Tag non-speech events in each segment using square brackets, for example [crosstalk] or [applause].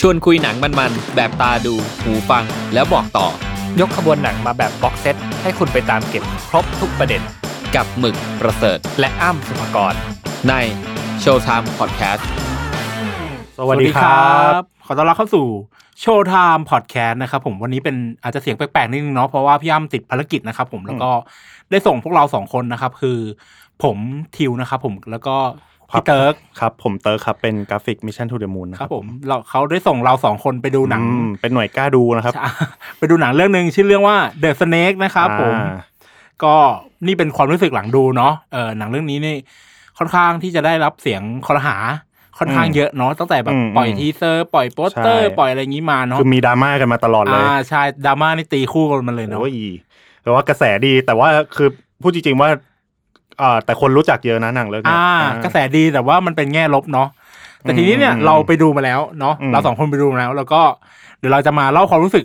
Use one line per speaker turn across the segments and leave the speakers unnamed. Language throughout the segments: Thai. ชวนคุยหนังมันๆ แบบตาดู หูฟัง แล้วบอกต่อ
ยกขบวนหนังมาแบบบ็อกเซตให้คุณไปตามเก็บครบทุกประเด็น
กับหมึกประเสริฐ
และอ้ำสุภกร
ในโชว์ไทม์พอดแคสต์
สวัสดีครับ ขอต้อนรับเข้าสู่โชว์ไทม์พอดแคสต์นะครับผมวันนี้เป็นอาจจะเสียงแปลกๆนิดนึงเนาะเพราะว่าพี่อ้ำติดภารกิจนะครับผมแล้วก็ได้ส่งพวกเราสองคนนะครับ คือ ผมทิวนะครับผมแล้วก็พี่เติร์ก
ครับผมเติร์กครับ เป็นกราฟิกมิชชั่นทูเดอะมูน
ครับ ผมเราเขาได้ส่งเราสองคนไปดูหนัง
อืมเป็นหน่วยกล้าดูนะครับ
ไปดูหนังเรื่องหนึ่งชื่อเรื่องว่า The Snake นะครับผม
อ่า
ก็นี่เป็นความรู้สึกหลังดูเนาะเออหนังเรื่องนี้นี่ค่อนข้างที่จะได้รับเสียงคอรหาค่อนข้างเยอะเนาะตั้งแต่แบบปล่อยทีเซอร์ ปล่อยโปสเตอร์ ปล่อยอะไรอย่างนี้มาเนาะ
คือมีดราม่ากันมาตลอดเลย
อ่าใช่ดราม่านี่ตีคู่กันมาเลยเนาะ
โอ้ยแต่ว่ากระแสดีแต่ว่าคือพูดจริงๆว่าอ่าแต่คนรู้จักเยอะนะหนังเรื่องเนี้ย
อ่า
อ่า
กระแสดีแต่ว่ามันเป็นแง่ลบเนาะแต่ทีนี้เนี่ย
อืม
เราไปดูมาแล้วเนาะ
อืม
เราสองคนไปดูมาแล้ว แล้วก็เดี๋ยวเราจะมาเล่าความรู้สึก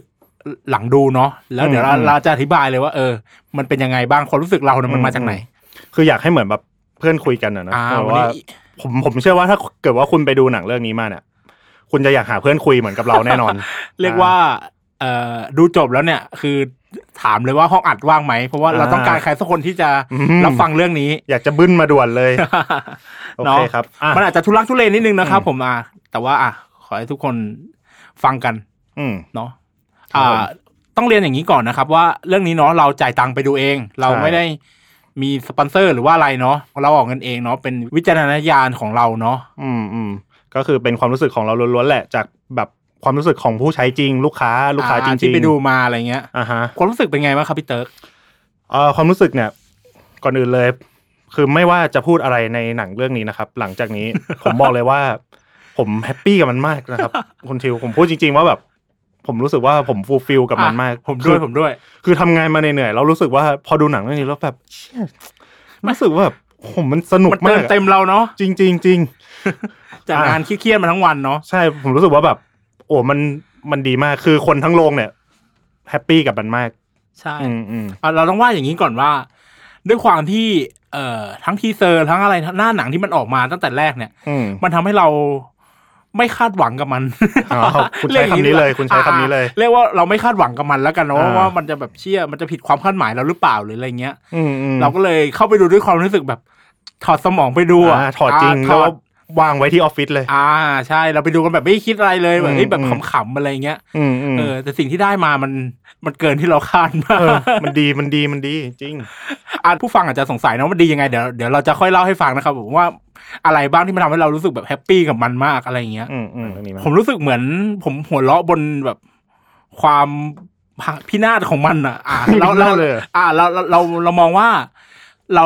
หลังดูเนาะแล้วเดี๋ยวเรา
อืม
เราจะอธิบายเลยว่า เออ มันเป็นยังไงบ้างความรู้สึกเราเนี่ยมันมาจากไหน
คืออยากให้เหมือนแบบเพื่อนคุยกันอะนะ
อ่า
เพ
วั
ราะ
น
ว่า
นี้
ผมผมเชื่อว่าถ้าเกิดว่าคุณไปดูหนังเรื่องนี้มาเนี่ย คุณจะอยากหาเพื่อนคุยเหมือนกับเราแน่นอน
เรียกว่า เอ่อดูจบแล้วเนี่ย คือถามเลยว่าห้องอัดว่างไหมเพราะว่าเราต้องการใครสักคนที่จะ
อืม
รับฟังเรื่อง
[laughs]
นี้
อยากจะบึ้นมาด่วนเลยโอ
เนาะ
เคครับอ่ะ
มันอาจจะทุลักทุเลนิดนึงนะครับ
อืม
ผมอ่ะแต่ว่าอ่ะขอให้ทุกคนฟังกัน
อืม
เนาะ
ครับ
อ่า
ผม
ต้องเรียนอย่างนี้ก่อนนะครับ ว่าเรื่องนี้เนาะเราจ่ายตังค์ไปดูเอง เราไม่ได้มีสปอนเซอร์หรือว่าอะไรเนาะเราออกเงินเองเนาะเป็นวิจารณญาณของเราเนาะ
อืมอืมก็คือเป็นความรู้สึกของเราล้วนๆแหละ จากแบบความรู้สึกของผู้ใช้จริง ลูกค้าลูกค้าจ
อ่
ริงๆ
ที่ไปดูมาอะไรเงี้ย
อ่าฮะ
ความรู้สึกเป็นไงบ้างครับพี่เติร์ก
เอ่อความรู้สึกเนี่ย ก่อนอื่นเลย คือไม่ว่าจะพูดอะไรในหนังเรื่องนี้นะครับ หลังจากนี้ [laughs] ผมบอกเลยว่า ผมแฮปปี้กับมันมากนะครับ [laughs] คุณทิวผมพูดจริง ๆ ว่าแบบ ผมรู้สึกว่าผมฟูลฟิลกับมันมาก
อ่ะผมด้วย
คือ
ผมด้วย
คือทำงานมาเหนื่อยๆแล้วรู้สึกว่าพอดูหนังเรื่องนี้แล้วแบบเชี่ยรู้สึกว่าแบบผมมันสนุก
มันเติ
มาม ก
เต็มเราเนาะ
จริงจริงๆจริง
จาก
อ่ะ
งานเครียดๆมาทั้งวันเนาะ
ใช่ผมรู้สึกว่าแบบ โอ้มันมันดีมากคือคนทั้งโรงเนี่ยแฮปปี้กับมันมาก
ใช่
อืมอืม
อ่ะเราต้องว่าอย่างนี้ก่อนว่า ด้วยความที่เอ่อทั้งทีเซอร์ทั้งอะไรหน้าหนังที่มันออกมาตั้งแต่แรกเนี่ย
อื
[laughs]
ม
มันทำให้เราไม่คาดหวังกับมัน
อ๋อคุณใช้คำนี้เลย คุณใช้คำนี้เลย
อ่าเรียกว่าเราไม่คาดหวังกับมันแล้วกันเนอะ
อ่า
ว่ามันจะแบบเชี่ยมันจะผิดความคาดหมายเราหรือเปล่าหรืออะไรเงี้ย
อืมอืม
เราก็เลยเข้าไปดูด้วยความรู้สึกแบบ ถอดสมองไปดูะ
อ่าถอดจริง
าถ
แล้ว
อด
วางไว้ที่ออฟฟิศเลย
อ่าใช่เราไปดูกันแบบไม่คิดอะไรเลยแบบเอ้ย
อืม
แบบ
อืม
ขำๆอะไรเงี้ย
อืมอืม
เออแต่สิ่งที่ได้มามันมันเกินที่เราคาดมาก
เออมันดีมันดีมันดีจริง
อ่าผู้ฟังอาจจะสงสัยนะว่ามันดียังไงเดี๋ยวเดี๋ยวเราจะค่อยเล่าให้ฟังนะครับผมว่าอะไรบ้างที่มันทำให้เรารู้สึกแบบแฮปปี้กับมันมากอะไรเงี้ย
อืมอืมเรื่องนี้มาก
ผมรู้สึกเหมือน ผมหัวเราะบนแบบความพินาศของมันอ่ะ
[laughs]
อ่าเราเรา
เลยเหรอ
อ่าเราเราเราเรามองว่า เรา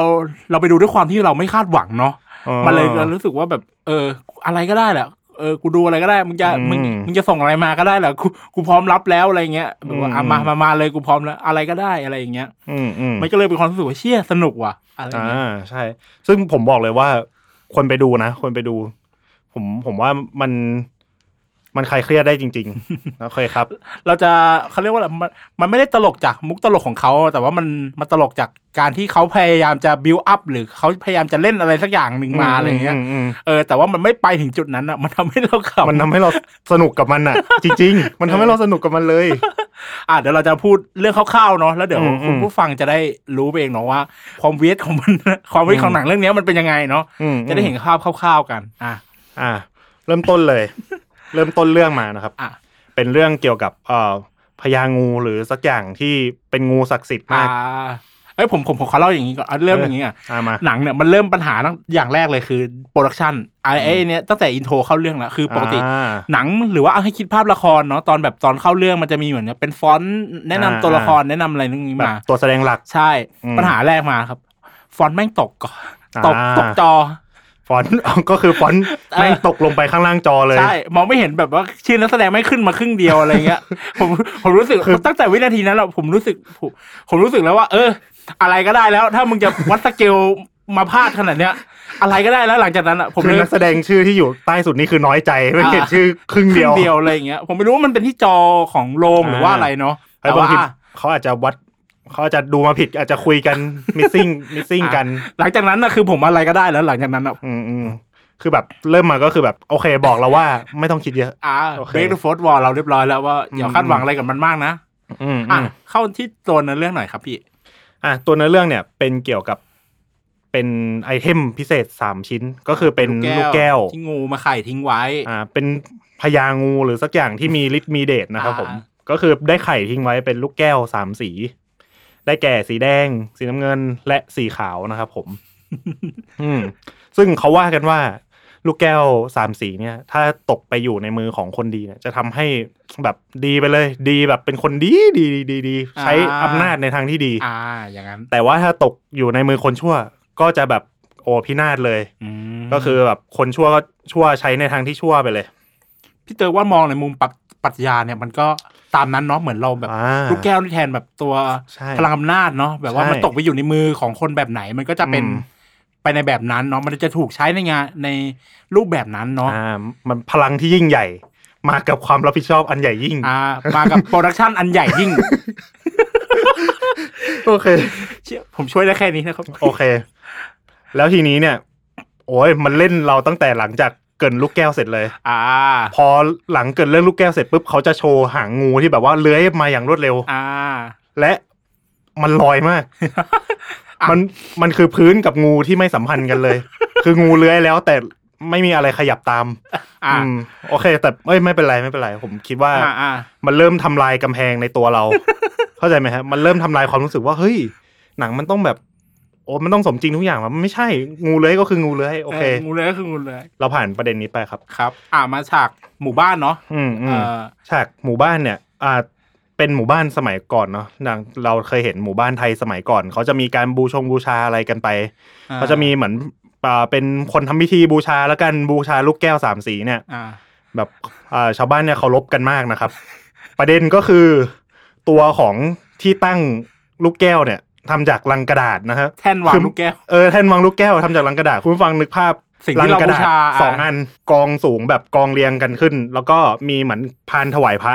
เราไปดูด้วยความที่เราไม่คาดหวังเนาะ
อ๋อ
มันเลยเรารู้สึกว่าแบบ เออ อะไรก็ได้แหละเออกูดูอะไรก็ได้มึงจะ
อืม
มึงมึงจะส่งอะไรมาก็ได้แหละกูกูพร้อมรับแล้วอะไรเงี้ยแบบว่าอ่ะ
อืม
มามามาเลยกูพร้อมแล้ว อะไรก็ได้อะไรอย่างเงี้ย
อืมอืม
มันก็เลยเป็นความรู้สึกว่าเชี่ยสนุกว่ะอะไรอย่าง
อ่า
เงี้ย
ใช่ ซึ่งผมบอกเลยว่าคนไปดูนะคนไปดู ผมผมว่ามันมันคลายเครียดได้จริงๆ โอเคครับ
เราจะเขาเรียกว่าอะไรมันมันไม่ได้ตลกจากมุกตลกของเขาแต่ว่ามันมันตลกจากการที่เขาพยายามจะบิวอัพหรือเขาพยายามจะเล่นอะไรสักอย่างหนึ่งมาอะไรเงี้ย
มม
เออแต่ว่ามันไม่ไปถึงจุดนั้นอ่ะ มันทำให้เราขับ
มันทำให้เราสนุกกับมันอ่ะ จริง ๆ มันทำให้เราสนุกกับมันเลย
อ่ะเดี๋ยวเราจะพูดเรื่องคร่าวๆเนาะแล้วเดี๋ยว
อืมอืม
คุณผู้ฟังจะได้รู้ไปเองเนาะว่า ความเวทของมัน [laughs] ความเวทของหนังเรื่องเนี้ยมันเป็นยังไงเนาะ
อืมอืม
จะได้เห็นภาพคร่าวๆกัน อ่ะ
อ่า เริ่มต้นเลย เริ่มต้นเรื่องมานะครับ
อ่ะ
เป็นเรื่องเกี่ยวกับเอ่อพญางูหรือสักอย่างที่เป็นงูศักดิ์สิท
อ่าม
ธิ์าก
เอ้ยผมผมขอเล่าอย่างนี้ก่อนเอาเริ่มอย่างนี้อ่ะ
อ่ามา
หนังเนี่ยมันเริ่มปัญหาตั้งอย่างแรกเลยคือโปรดักชันไอ้ไอ้เนี่ยตั้งแต่อินโทรเข้าเรื่องแล้วคือปกติ
อ่า
หนังหรือว่าเอาให้คิดภาพละครเนาะตอนแบบตอนเข้าเรื่องมันจะมีเหมือนเป็นฟอนต์แนะนำ
อ่า
ตัวละครแนะนำอะไรนึงนี้
แบบ
มา
ตัวแสดงหลัก
ใช่
อืม
ปัญหาแรกมาครับ ฟอนต์แม่งตกก่อนตก
อ่า
ตกจอ
ฟอนต์ [laughs] ก็คือฟอนต์
เออ
แม่งตกลงไปข้างล่างจอเลย
ใช่ มองไม่เห็นแบบว่าชื่อนักแสดงไม่ขึ้นมาครึ่งเดียวอะไรเงี้
[laughs]
ย ผมผมรู้สึกตั้งแต่วินาทีนั้นเราผมรู้สึกผมผมรู้สึกแล้วว่า เออ อะไรก็ได้แล้ว ถ้ามึงจะวัดสเกลมาพลาดขนาดเนี้ย อะไรก็ได้แล้วหลังจากนั้นอะผม
คือ
เลย
นักแสดงชื่อที่อยู่ใต้สุดนี่คือน้อยใจไม่เห็น
อ่า
ชื่อครึ่ง
ครึ่
เดียว
งเดียวอะไรอย่างเงี้ยผมไม่รู้ว่ามันเป็นที่จอของโรง
อ่า
หรือว่าอะไรเนาะ
ไอ้บา
แต่
ง
ว่า
ที
อ่ะ
เขาอาจจะวัดเขาอาจจะดูมาผิดอาจจะคุยกัน missing missing กัน
หลังจากนั้นนะคือผมอะไรก็ได้แล้วหลังจากนั้นอะ
อืมอืม คือแบบเริ่มมาก็คือแบบโอเคบอกเราว่าไม่ต้องคิดเยอะ
อ่า
โอเค
เบรกเดอะโฟร์วอลเราเรียบร้อยแล้วว่าอย่า
อืม
คาดหวังอะไรกับมันมากนะ
อืม
อ่ะ
อืม
เข้าที่ตัวเนื้อเรื่องหน่อยครับพี่
อ่ะตัวเนื้อเรื่องเนี่ยเป็นเกี่ยวกับเป็นไอเทมพิเศษสามชิ้น ก็คือเป็นลูกแก้ว
ที่งูมาไข่ทิ้งไว้
อ่าเป็นพญางูหรือสักอย่างที่มีฤทธิ์มีเดชนะครับ
อ่า
ผมก็คือได้ไข่ทิ้งไว้เป็นลูกแก้วสามสี ได้แก่สีแดง สีน้ำเงินและสีขาวนะครับผม
[laughs]
อืมซึ่งเขาว่ากันว่า ลูกแก้วสามสีเนี่ย ถ้าตกไปอยู่ในมือของคนดีเนี่ยจะทำให้แบบดีไปเลย ดีแบบเป็นคนดีดีดีดีดีใช้อำนาจในทางที่ดี
อ่า อย่างนั้น
แต่ว่าถ้าตกอยู่ในมือคนชั่ว ก็จะแบบโอพินาศเลย
อืม
ก็คือแบบคนชั่วก็ชั่วใช้ในทางที่ชั่วไปเลย
พี่เตอว่ามองในมุมปรัชปรัชญาเนี่ยมันก็ตามนั้นเนาะเหมือนเราแบบ
อ่า
ลูกแก้วที่แทนแบบตัว
ใช่
พลังอำนาจเนาะแบบว่า
ใช่
มันตกไปอยู่ในมือของคนแบบไหน มันก็จะเป็น
อืม
ไปในแบบนั้นเนาะมันจะถูกใช้ในงานในรูปแบบนั้นเนาะ
อ่ามันพลังที่ยิ่งใหญ่ มากับความรับผิดชอบอันใหญ่ยิ่ง
อ่ามากับ [laughs] โปรดักชันอันใหญ่ยิ่ง
โอเค
เชี่ยผมช่วยได้แค่นี้นะครับ
โอเค แล้วทีนี้เนี่ย โอ้ยมันเล่นเราตั้งแต่หลังจากเกินลูกแก้วเสร็จเลย
อ่า
พอหลังเกิดเรื่องลูกแก้วเสร็จปุ๊บเขาจะโชว์หางงูที่แบบว่าเลื้อยมาอย่างรวดเร็ว
อ่า
และมันลอยมาก มันมันคือพื้นกับงูที่ไม่สัมพันธ์กันเลย คืองูเลื้อยแล้วแต่ไม่มีอะไรขยับตาม
อ่า
อืมโอเค แต่เอ้ยไม่เป็นไรไม่เป็นไร ผมคิดว่า
อ่าอ่า
มันเริ่มทำลายกำแพงในตัวเรา [laughs] เข้าใจไหมฮะมันเริ่มทำลายความรู้สึกว่าเฮ้ยหนังมันต้องแบบ โอ้มันต้องสมจริงทุกอย่างมันไม่ใช่งูเลื้อยก็คืองูเลื้อยโอเค
งูเลยก็คืองูเลย
เราผ่านประเด็นนี้ไปครับ
ครับ อ่ามาฉากหมู่บ้านเนาะ
อืมอื
เอ่
ม
อ
ฉากหมู่บ้านเนี่ยอ่าเป็นหมู่บ้านสมัยก่อนเนาะดังเราเคยเห็นหมู่บ้านไทยสมัยก่อน เขาจะมีการบูชงบูชาอะไรกันไป
อ่า
เขาจะมีเหมือนอ่าเป็นคนทำพิธีบูชาแล้วกันบูชาลูกแก้วสามสีเนี่ย
อ่า
แบบอ่าชาวบ้านเนี่ยเคารพกันมากนะครับ ประเด็นก็คือตัวของที่ตั้งลูกแก้วเนี่ยทำจากลังกระดาษนะฮะ
แท่นวางลูกแก้ว
เออแท่นวางลูกแก้วทำจากลังกระดาษคุณผู้ฟังนึกภาพ
สิ่งที่เรา
ลักระดาษ
บูชาอ่ะ
สองอันกองสูงแบบกองเรียงกันขึ้น แล้วก็มีเหมือนพานถวายพระ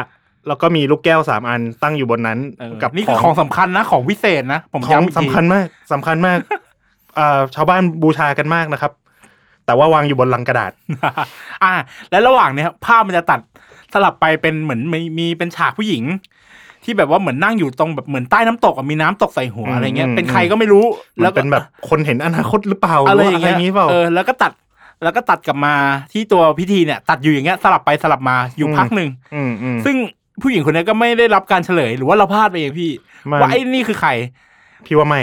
แล้วก็มีลูกแก้วสามอันตั้งอยู่บนนั้น
เออ
กับ
นี่คือของสำคัญนะ ของวิเศษนะ ผม
ของ
ย้ำอีกที
สำคัญมากสำคัญมากอ่าชาวบ้านบูชากันมากนะครับ แต่ว่าวางอยู่บนลังกระดาษ
อ่า และระหว่างเนี้ยภาพมันจะตัดสลับไปเป็นเหมือนมีมีเป็นฉากผู้หญิง ที่แบบว่าเหมือนนั่งอยู่ตรงแบบเหมือนใต้น้ำตกอะมีน้ำตกใส่หัว
อืม
อะไรเงี้ย
อืม
เป็นใครก็ไม่รู้
มั
แล้ว
น
ก็
เป็นแบบคนเห็นอนาคตหรือเปล่า
อะไร
ห
อ
ว่
ย่างเงี้ย
นี้เปล่า
เออแล้วก็ตัดแล้วก็ตัดกลับมาที่ตัวพิธีเนี่ย ตัดอยู่อย่างเงี้ยสลับไปสลับมาอยู่
อืม
พักหนึ่ง
อืมอืม
ซึ่งผู้หญิงคนนี้ก็ไม่ได้รับการเฉลย หรือว่าเราพลาดไปเองพี่
มัน
ว่าไอ้นี่
[laughs]
คือใคร
พี่ว่าไม่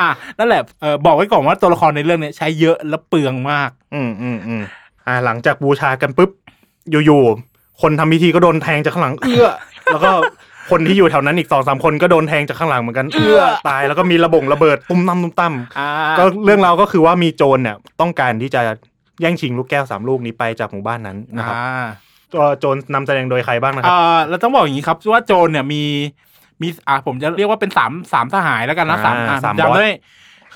อ่ะนั่นแหละเออบอกไว้ก่อนว่าตัวละครในเรื่องเนี้ยใช้เยอะและเปลื [laughs] องมาก
อืมอืมอืมอ่า หลังจากบูชากันปุ๊บ อยู่ๆ คนทำพิธีก็โดนแทงจากข้างหลัง เอื้อ [laughs] แล้วก็คนที่อยู่แถวนั้นอีกสองสามคนก็โดนแทงจากข้างหลังเหมือนกัน เอื้อ ตาย แล้วก็มีระบงระเบิด ตุ้มตั้มตุ้มตั้ม
อ่า
ก็เรื่องราวก็คือว่ามีโจรเนี่ย ต้องการที่จะแย่งชิงลูกแก้วสามลูกนี้ไปจากหมู่บ้านนั้นนะครับ
อ่า
ก็โจรนำแสดงโดยใครบ้างนะครับ
เอ่อเราต้องบอกอย่างนี้ครับว่าโจนเนี่ยมีมีอ่าผมจะเรียกว่าเป็นสามสามสหายแล้วกันนะสาม
อ่า
อ่ะ
สามบอส
จำได้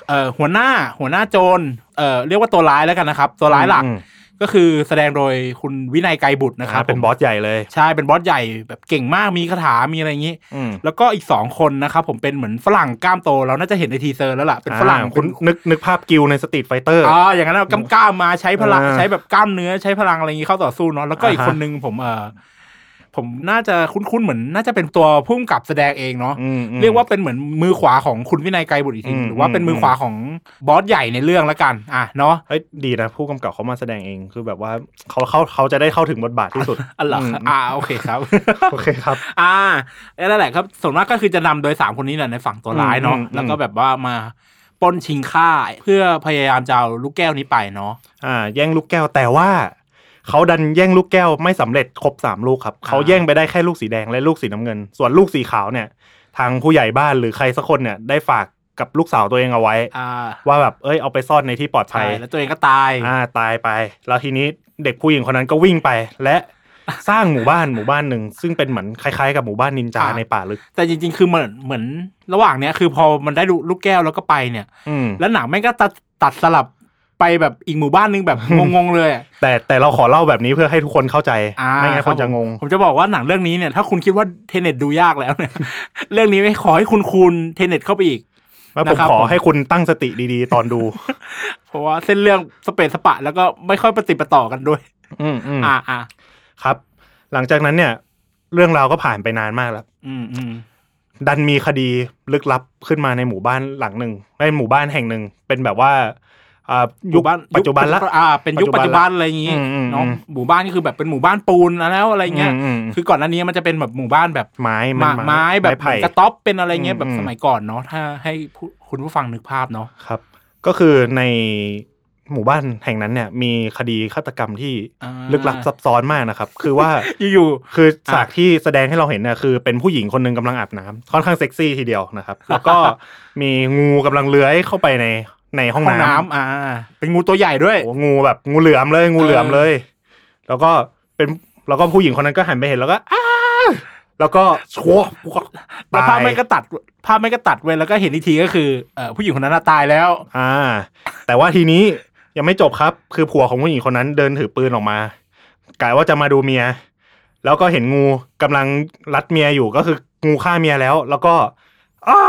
เอ่อหัวหน้าหัวหน้าโจรเอ่อเรียกว่าตัวร้ายแล้วกันนะครับ ตัวร้ายหลัก
อืม
ก็คือแสดงโดยคุณวินัยไกรบุตรนะครับ
อ่าเป็น
ผม
บอสใหญ่เลย
ใช่เป็นบอสใหญ่แบบเก่งมากมีคาถามีอะไรอย่างนี้
อืม
แล้วก็อีกสองคนนะครับผมเป็นเหมือนฝรั่งกล้ามโตเราน่าจะเห็นในทีเซอร์แล้วล่ะเป็นฝรั่ง
อ่า
เป็
คุ
น
ณนึกนึกภาพกิลในสตรีทไฟเตอร์
อ๋ออย่างนั้นเอากำกล้ามมาใช้พลัง
อ่า
ใช้แบบกล้ามเนื้อใช้พลังอะไรอย่างนี้เข้าต่อสู้เนาะแล้วก็อีก
อ่าฮะ
คนนึงผมเออผมน่าจะคุ้นๆเหมือน น่าจะเป็นตัวพุ่มกับแสดงเองเนาะ
อืมอืม
เรียกว่าเป็นเหมือนมือขวาของคุณวินัยไกรบุตรอีกที
อืม
หรือว่าเป็นมืออ
ม
ขวาของบอสใหญ่ในเรื่องละกันอ่ะเนาะ
เฮ้ยดีนะผู้กำกับเขามาแสดงเองคือแบบว่าเขาเขาเขาจะได้เข้าถึงบทบาทที่
[laughs]
สุด
อ๋อเหรอ
อืม
อ่าโอเคครับ
โอเคครับ
อ่าแล้วนั่นแหละครับส่วนมากก็คือจะนำโดยสามคนนี้แหละในฝั่งตัวร้ายเนาะ
อืมอืม
แล้วก็แบบว่ามาปล้นชิงค่าเพื่อพยายามจะเอาลูกแก้วนี้ไปเนาะ
อ่า แย่งลูกแก้วแต่ว่าเขาดันแย่งลูกแก้วไม่สำเร็จครบสามลูกครับเขาแย่งไปได้แค่ลูกสีแดงและลูกสีน้ำเงิน ส่วนลูกสีขาวเนี่ย ทางผู้ใหญ่บ้านหรือใครสักคนเนี่ยได้ฝากกับลูกสาวตัวเองเอาไว้
อ่า
ว่าแบบเอ้ยเอาไปซ่อนในที่ปลอด
ใช่
ภัย
แล้วตัวเองก็ตาย
อ่าตายไป แล้วทีนี้เด็กผู้หญิงคนนั้นก็วิ่งไป และสร้างหมู่บ้านหมู่บ้านหนึ่งซึ่งเป็นเหมือนคล้ายๆ กับหมู่บ้านนินจา
อ่า
ในป่าลึก
แต่จริงๆ คือเหมือนเหมือนระหว่างเนี้ยคือพอมันได้ลูลูกแก้วแล้วก็ไปเนี่ย
อืม
แล้วหนังแม่งก็ตัดตัดสลับไปแบบอีกหมู่บ้านนึง
[laughs]
แบบ งงๆเลยอะ
แต่แต่เราขอเล่าแบบนี้เพื่อให้ทุกคนเข้าใจ
อ่า
ไม่งั้นคนจะงง
ผมจะบอกว่าหนังเรื่อง [laughs] นี้เนี่ยถ้าคุณคิดว่าเทเน็ตดูยากแล้วเนี่ย เรื่องนี้ไม่ขอให้คุณคูณเทเน็ตเข้าไปอีก
แล้วผม
นะครับ
ขอ
ผม
ให้คุณตั้งสติดีๆ ตอนดู
เพราะว่าเส้นเรื่องสเปซสปะ แล้วก็ไม่ค่อยปฏิดประต่อกันด้วย
อืมอืม
อ่าอ่า
ครับ หลังจากนั้นเนี่ย เรื่องราวก็ผ่านไปนานมากแล้ว
อืมอืม
ดันมีคดีลึกลับขึ้นมาในหมู่บ้านหลังหนึ่งในหมู่บ้านแห่งหนึ่งเป็นแบบว่าอ่ายุคปัจจุบันละ
อ่า เป็นยุคปัจจุบันอะไรอย่างงี้
อืมอืม
เนาะ
อืม
หมู่บ้านนี่คือแบบเป็นหมู่บ้านปูนแล้วอะไรเงี้ย
อืมอืม
คือก่อนหน้านี้มันจะเป็นแบบหมู่บ้านแบบ
ไม้
ไม้ไม้แบบ
ไม้ไผ่
กระต๊อบเป็นอะไรเงี้ย
อืม
แบบ
อืม
สมัยก่อนเนาะถ้าให้ผู้คุณผู้ฟังนึกภาพเนาะ
ครับ ก็คือในหมู่บ้านแห่งนั้นเนี่ย มีคดีฆาตกรรมที่
อ่า
ลึกลับซับซ้อนมากนะครับ คือว่า
อยู่
คือฉากที่แสดงให้เราเห็นเนี่ยคือเป็นผู้หญิงคนหนึ่งกำลังอาบน้ำค่อนข้างเซ็กซี่ทีเดียว [laughs] นะครับ แล้วก็ มีงูกำลังเลื้อยเข้าไปในในห้
ห้
อง
อง
น้ำ
น้ำอ่า เป็นงูตัวใหญ่ด้วย
โอ้งูแบบงูเหลือมเลยงูเหลือมเลย แล้วก็เป็นแล้วก็ผู้หญิงคนนั้นก็หันไปเห็นแล้วก็อ้าแล้วก็ชัวปุ๊บ
แล้ว
ตา
ภาพ
ย
ไม่ก็ตัดภาพไม่ก็ตัดเว้ยแล้วก็เห็นอีกทีก็คือเอ่อผู้หญิงคนนั้นนะตายแล้ว
อ่า แต่ว่าทีนี้ยังไม่จบครับ คือผัวของผู้หญิงคนนั้นเดินถือปืนออกมากะว่าจะมาดูเมีย แล้วก็เห็นงูกำลังรัดเมียอยู่ก็คืองูฆ่าเมียแล้ว แล้วก็อ้า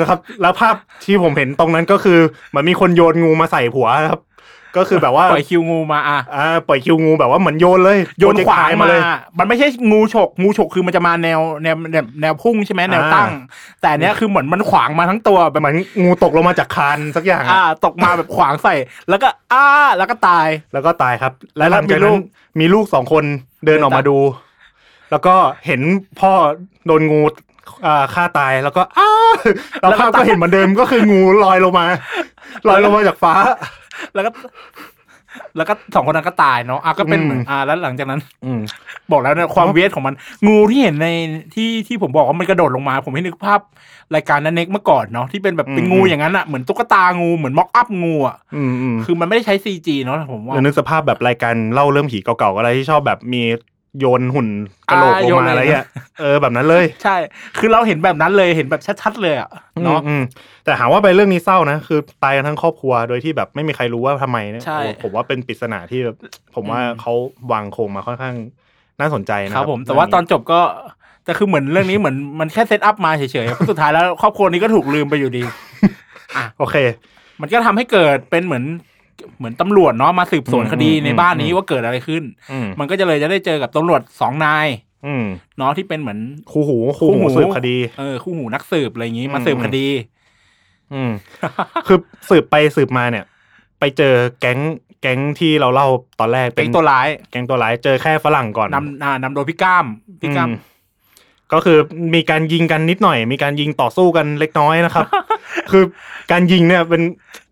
นะครับ แล้วภาพที่ผมเห็นตรงนั้นก็คือเหมือนมีคนโยนงูมาใส่ผัวครับ ก็คือแบบว่า
ปล่อยคิวงูมาอ่ะ
อ่าปล่อยคิวงูแบบว่าเหมือนโยนเลย
โยนขวาน
โปรเจกต์
มามันไม่ใช่งูฉกงูฉกคือมันจะมาแนวแนวแนวแนวพุ่งใช่ไหมแนวตั้ง แต่อันเนี้ยคือเหมือนมันขวางมาทั้งตัวแบ
แต่
บ
เหมือนงูตกลงมาจากคานสักอย่างอะ
อ่า ตกมาแบบขวางใส่ แล้วก็อ้าแล้วก็ตาย
แล้วก็ตายครับ และ
แล้ว
หลังจาก
มีลู
นั้น
ก
มีลูกสองคนเดินออกมาดู แล้วก็เห็นพ่อโดนงูอ่าฆ่าตายแล้วก็ [laughs] อ้าแล้วภาพก็เห็นเหมือนเดิมก็คืองูลอยลงมาลอยลงมาจากฟ้า
แล้วก็ แล้วก็สองคนนั้นก็ตายเนาะอ่ะก็เป็นเหมือนอ่าแล้วหลังจากนั้น
อืม
บอกแล้วนะความเวทของมัน งูที่เห็นในที่ที่ผมบอกว่ามันกระโดดลงมา ผมให้นึกภาพรายการนั้นเน็กเมื่อก่อนเนาะที่เป็นแบบเป็น
อืม
งูอย่างนั้นอ่ะเหมือนตุ๊กตางูเหมือนม็อกอัพงูอ่ะ
อืมอืม
คือมันไม่ได้ใช้ซีจีเนาะผมว่า
แล้วนึกสภาพแบบรายการเล่าเรื่องผีเก่าๆอะไรที่ชอบแบบมีโยนหุ่นกระโหลกลงมาอะไรเงี้ยเออแบบนั้นเลย
ใช่ คือเราเห็นแบบนั้นเลยเห็นแบบชัดๆเลยอ่ะ
เนาะ
เนาะ
อืมแต่หาว่าไปเรื่องนี้เศร้านะคือตายกันทั้งครอบครัวโดยที่แบบไม่มีใครรู้ว่าทำไมเนี่ย
ใช่
โอ้ผมว่าเป็นปริศนาที่แบบผมว่า
อืม
เขาวางโครงมาค่อนข้างน่าสนใจนะ
ค
ค
รั
รั
บบ ผมแต่ว่าตอนจบก็แต่คือเหมือนเรื่องนี้เหมือนมันแค่เซตอัพมาเฉยๆเพราะสุดท้ายแล้วครอบครัวนี้ก็ถูกลืมไปอยู่ดี
โอเค
มันก็ทำให้เกิดเป็นเหมือนเหมือนตำรวจเนาะมาสืบสวนคดี
อืม
ในบ้านนี้
อืม
ว่าเกิดอะไรขึ้น
อืม
มันก็จะเลยจะได้เจอกับตำรวจสองนาย
อืม
เนาะที่เป็นเหมือน
คู่หูคู่หูสืบคดี
เออคู่หูนักสืบอะไรอย่างงี้
อืม
มาสืบคดี
อืม คือสืบไปสืบมาเนี่ย ไปเจอแก๊งแก๊งที่เราเล่าตอนแรก
เป็นตัวร้าย
แก๊งตัวร้ายเจอแค่ฝรั่งก่อน
นำอ่านำโดยพี่ก้ามพี่ก้าม
อืมก็คือมีการยิงกันนิดหน่อย มีการยิงต่อสู้กันเล็กน้อย
[laughs]
นะครับ คือการยิงเนี่ยเป็น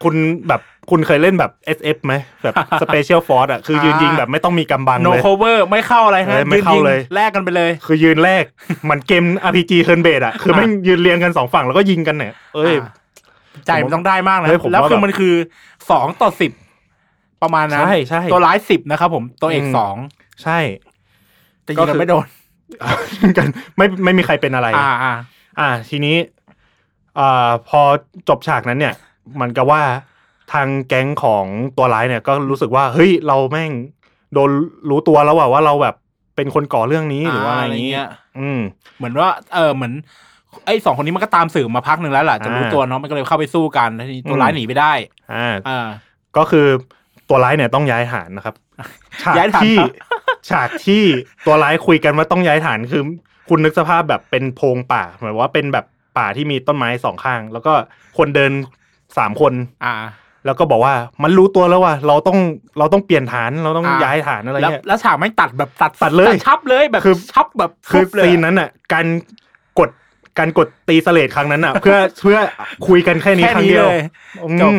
คุณแบบคุณเคยเล่นแบบ SF ไหมแบบ Special Force อ่ะคือยืนยิงแบบไม่ต้องมีกำบัง
โน
เลย
โคเวอร์ไม่เข้าอะไรฮะ
เออไม่เข้า
ยิงๆ
เลย
แลกกันไปเลย
คือยืนแรกเหมือนเกม RPG Turn Based อ่ะคือแม่งยืนเรียงกันสองฝั่งแล้วก็ยิงกันเนี่ยเอ้ย
อ่า ใจมันต้องได้มากนะ
เฮ้ยผม
แล้วคือ
ว่าแบบ
มันคือสองต่อสิบประมาณนั้น
ใช่ใช่
ตัวร้ายสิบนะครับผมตัวเอก
อืม
สอง
ใช่
แต่ยิง
ก็
กั
คื
น
อ
ไม่โดน
อ่ะ [laughs] ยิงกันไม่ไม่มีใครเป็นอะไร
อ่าอ่า
อ่า ทีนี้อ่าพอจบฉากนั้นเนี่ย มันก็ว่าทางแก๊งของตัวร้ายเนี่ย ก็รู้สึกว่าเฮ้ยเราแม่งโดนรู้ตัวแล้วว่าว่าเราแบบเป็นคนก่อเรื่องนี้หรือว่าอะไรอย่างนี้
เงี้ย
อืม
เหมือนว่าเออเหมือนไอ้สองคนนี้มันก็ตามสืบมาพักหนึ่งแล้วล่ะจะรู้
อ่า
ตัวเนาะมันก็เลยเข้าไปสู้กันแล้วทีนี้ตัวร้าย
อืม
หนีไปได้
อ่า
อ่า
ก็คือตัวร้ายเนี่ยต้องย้ายฐานนะครับ ฉาก
[laughs] ย้ายฐาน
ที่
ครับ
ฉากที่ตัวร้ายคุยกันว่าต้องย้ายฐานคือ คุณนึกสภาพแบบเป็นโพรงป่าเหมือนว่าเป็นแบบป่าที่มีต้นไม้สองข้าง แล้วก็คนเดินสามคน
อ่า
แล้วก็บอกว่ามันรู้ตัวแล้วว่าเราต้องเราต้องเปลี่ยนฐานเราต้อง
อ่า
ย้ายฐานอะไร
แล้ว
เงี้ย
แล้วฉากไม่งตัดแบบตัด
ตัดเลย
ชับเลยแบบ
คือ
ชับแบบ
คือ
ฟุบเลย
ซีนนั้นอ่ะ การกดการกดตีเสเลดครั้งนั้นอ่ะ เพื่อเพื่อคุยกันแค่นี้
แค่
ครั้ง
นี้
เดียว
เล
ย อืม
จบ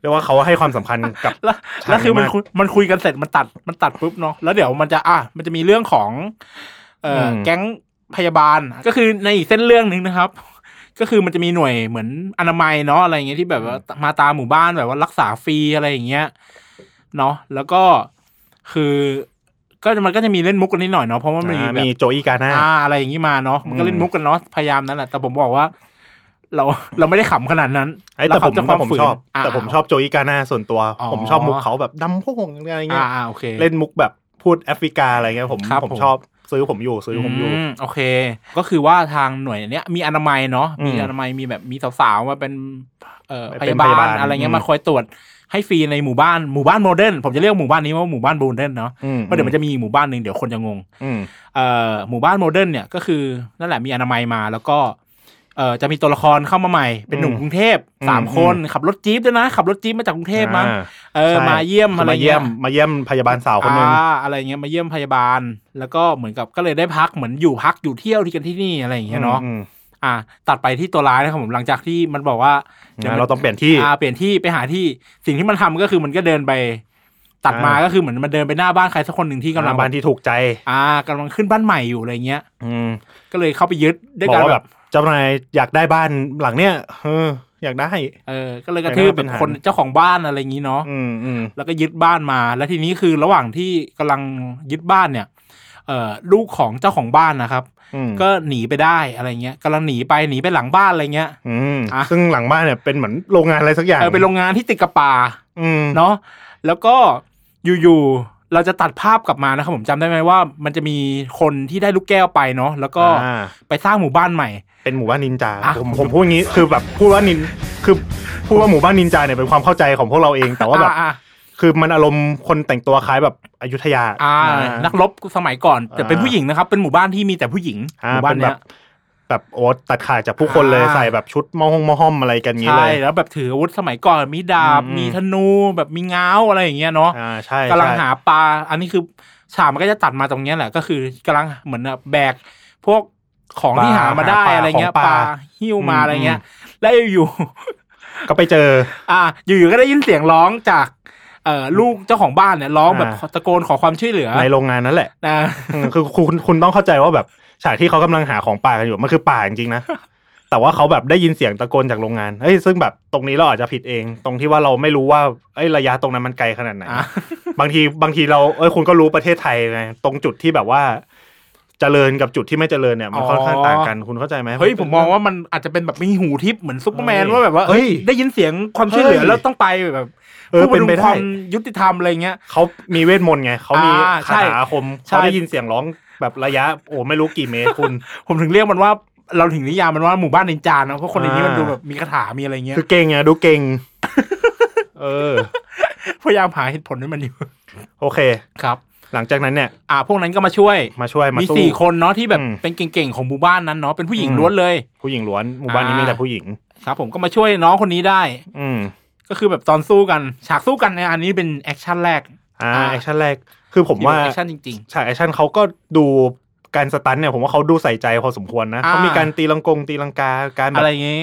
เรียกว่าเขาให้ความสำคัญกับ
แล้ว
ฉาก
แล้วคือ
นี้
มัน
มาก
คุยมันคุยกันเสร็จมันตัดมันตัดปุ๊บเนาะแล้วเดี๋ยวมันจะอ่ะมันจะมีเรื่องของเอ่ออ
ม
แก๊งพยาบาลก็คือในอีกเส้นเรื่องหนึงนะครับ [laughs] ก็คือมันจะมีหน่วยเหมือนอนามัยเนาะอะไรอย่างเงี้ยที่แบบว่ามาตามหมู่บ้านแบบว่ารักษาฟรีอะไรอย่างเงี้ยเนาะแล้วก็คือก็มันก็จะมีเล่นมุกกันนิดหน่อยเนาะเพราะว่ามันมี
อ่า
แบบ
มีโจอีกาหน้า
อ่าอะไรอย่างนี้มาเนาะมันก็เล่น
อืม
มุกกันเนาะพยายามนั่นแหละแต่ผมบอกว่า เราเราไม่ได้ขำขนาดนั้น
ไอ้ยแต่ผม
เราขำจาก
แต่ผม
ฝืน
ชอบ
า
แต่ผมชอบโจอีกาหน้าส่วนตัว
อ๋อ
ผมชอบมุกเขาแบบดำโพ่งอะไรเงี้
อ่าย อ่าโอเค
เล่นมุกแบบ พูดแอฟริกาอะไรเงี้ยผม
ครับ
ผม
ผม
ชอบซื้อผมอยู่ซื้อผมอยู่
อืมโอเค ก็คือว่าทางหน่วยเนี้ยมีอนามัยเนาะ
อืม
มีอนามัยมีแบบมีสาวๆมาเป็นเอ่อพ
เป็น
ยาบา
พยาบา
ล
ล
อะไรเงี้ย
อืม
มาคอยตรวจให้ฟรีในหมู่บ้านหมู่บ้านโมเดิร์นผมจะเรียกหมู่บ้านนี้ว่าหมู่บ้านโมเดิร์นเนาะ
อื
เพราะเดี๋ยวมันจะมีอีกหมู่บ้านหนึ่งเดี๋ยวคนจะงง
อืม
เอ่อหมู่บ้านโมเดิร์นเนี่ยก็คือนั่นแหละมีอนามัยมาแล้วก็เอ่อจะมีตัวละครเข้ามาใหม่ เป็นหนุ่ม
อืม
กรุงเทพสาม
อืม
คนขับรถจี๊ปด้วยนะ ขับรถจี๊ปมาจากกรุงเทพมั้ง
อ่
เออ
ใช่
มาเยี่ยมอะไร
มาเยี่
เงี้
ย
ย
มมาเยี่ยมพยาบาลสาวคนหนึ่ง
อ่าอะไรเงี้ยมาเยี่ยมพยาบาล แล้วก็เหมือนกับก็เลยได้พักเหมือนอยู่พักอยู่เที่ยวที่กันที่นี่อะไรอย่างเงี้ยเนาะ
อืม
อ่า ตัดไปที่ตัวร้ายนะครับผมหลังจากที่มันบอกว่า
อืม
ดี๋ยวมัน
เราต้องเปลี่ยนที่
อ่าเปลี่ยนที่ไปหาที่สิ่งที่มันทำก็คือมันก็เดินไป ตัดมา
อ่า
ก็คือเหมือนมันเดินไปหน้าบ้านใครสักคนหนึ่งที่กำลัง
บ้านที่ถูกใจ
อ่ากำลังขึ้นบ้านใหม่อยู่อะไรเงี้ย
อืม
ก็เลยเข้าไปยึดด้วย
บอก
การ
ว่า
แบ
แบบ บเจ้านายอยากได้บ้านหลังเนี้ยเอออยากได้
เออ ก็เลยกระทืบ
ไปหาปัญ
แบบ
หา
คนเจ้าของบ้านอะไรอย่างนี้เนาะ
อืมอืม
แล้วก็ยึดบ้านมา แล้วทีนี้คือระหว่างที่กำลังยึดบ้านเนี่ย เอ่อ ลูกของเจ้าของบ้านนะครับ
อืม
ก็หนีไปได้อะไรเงี้ยกำลังหนีไปหนีไปหลังบ้านอะไรเงี้ย
อืม
อ่ะ
ซึ่งหลังบ้านเนี่ยเป็นเหมือนโรงงานอะไรสักอย่าง
เออเป็นโรงงานที่ติดกับป่า
อืม
เนาะแล้วก็อยู่ๆเราจะตัดภาพกลับมานะครับผมจำได้ไหมว่า มันจะมีคนที่ได้ลูกแก้วไปเนาะแล้วก็
อ่า
ไปสร้างหมู่บ้านใหม่
เป็นหมู่บ้านนินจา
อ่ะ
ผมผมพูดอย่างนี้คือแบบพูดว่านินคือพูดว่าหมู่บ้านนินจาเนี่ยเป็นความเข้าใจของพวกเราเองแต่ว่าแบบ
อ่า
คือมันอารมณ์คนแต่งตัวคล้ายแบบอยุธยา
อ่า
อ่า
นักรบสมัยก่อนแต่
อ่า
เป็นผู้หญิงนะครับ เป็นหมู่บ้านที่มีแต่ผู้หญิง
อ่า
หมู่บ้า
เป็น นแบบ
เนี้ย
แบบโอ๊ตตัดขาดจากผู้คนเลย
อ่า
ใส่แบบชุดมอห้องมอห้อมอะไรกันงี้เล
ใช่
ย
แล้วแบบถืออาวุธสมัยก่อนมีดาบ
อืม
มีธนูแบบมีง้าวอะไรอย่างเงี้ยเนาะ
อ่าใช่
กำลัง
ใช่
หาปลาอันนี้คือฉากมันก็จะตัดมาตรงเนี้ยแหละก็คือกำลังเหมือนแบบแบกพวกของที่หามาได้อะไรเงี้ยปลาหิ้วมาอะไรเงี้ย แล้วอยู่ๆ
ก็ไปเจอ
อ่ะอยู่ๆ [laughs] ก็ได้ยินเสียงร้องจากเอ่อลูกเจ้าของบ้านเนี่ยร้องแบบ
อ่า
ตะโกนขอความช่วยเหลือ
ในโรงงานนั้นแหละ
นะ
อืมคือคุณคุณต้องเข้าใจว่าแบบฉากที่เขากำลังหาของป่ากันอยู่มันคือป่าจริงๆนะ แต่ว่าเขาแบบได้ยินเสียงตะโกนจากโรงงานเอ้ยซึ่งแบบตรงนี้เราอาจจะผิดเอง ตรงที่ว่าเราไม่รู้ว่าเอ้ยระยะตรงนั้นมันไกลขนาดไหน
อ่ะ
บางทีบางทีเราเอ้ยคุณก็รู้ประเทศไทยไงตรงจุดที่แบบว่า เจริญกับจุดที่ไม่เจริญเนี่ยมันค่อนข้างต่างกันคุณเข้าใจไหม
เฮ้ยผมมองว่ามันอาจจะเป็นแบบมีหูทิพย์เหมือนซุปเปอร์แมน
เฮ้ย
ว่าแบบว่า
เฮ้
เอ้ย
ย
ได้ยินเสียงความช่วยเหลือ
เฮ้ย
แล้วต้องไปแบบ
เออเป็นไป
ผู้บำรุง
ได้
ความยุติธรรมอะไรเงี้ย
เขามีเวทมนต์ไงเขามี
อ่าใช่
คาถาอาคม
ใช่
เขาได้ยินเสียงร้องแบบระยะ โอ้ไม่รู้กี่เมตรคุณ
ผมถึงเรียกมันว่าเราถึงนิยามมันว่าหมู่บ้านนินจาเนอะเพราะคนในนี้
อ่ามั
มันดูแบบมีคาถามีอะไรเงี้ย
คือเก่งไงดูเก่ง เออ
พยายามหาเหตุผลให้มันอยู่
โอเค
ครับ
หลังจากนั้นเนี่ย
อ่าพวกนั้นก็มาช่วย
มาช่วยมา
มี
สู้
สี่คนเนาะที่แบบ
อืม
เป็นเก่งๆของหมู่บ้านนั้นเนาะเป็นผู้หญิง
อืม
ล้วนเลย
ผู้หญิงล้วนหมู่บ้านนี้มีแต่ผู้หญิง
ครับ ผมก็มาช่วยน้องคนนี้ได้
อืม
ก็คือแบบตอนสู้กันฉากสู้กันในยอันนี้เป็นแอคชั่นแรก
อ่า
อ่า
แอคชั่นแรก คือผมว่า
ที่เป็นแอคชั่นจริง
ฉากแอคชั่นเขาก็ดูการสตันเนี่ยผมว่าเขาดูใส่ใจพอสมควรนะ
อ่า
เขามีการตีลังกงตีลังกาการ
ๆ
แบ
อะ
บ
ไรอย่างงี้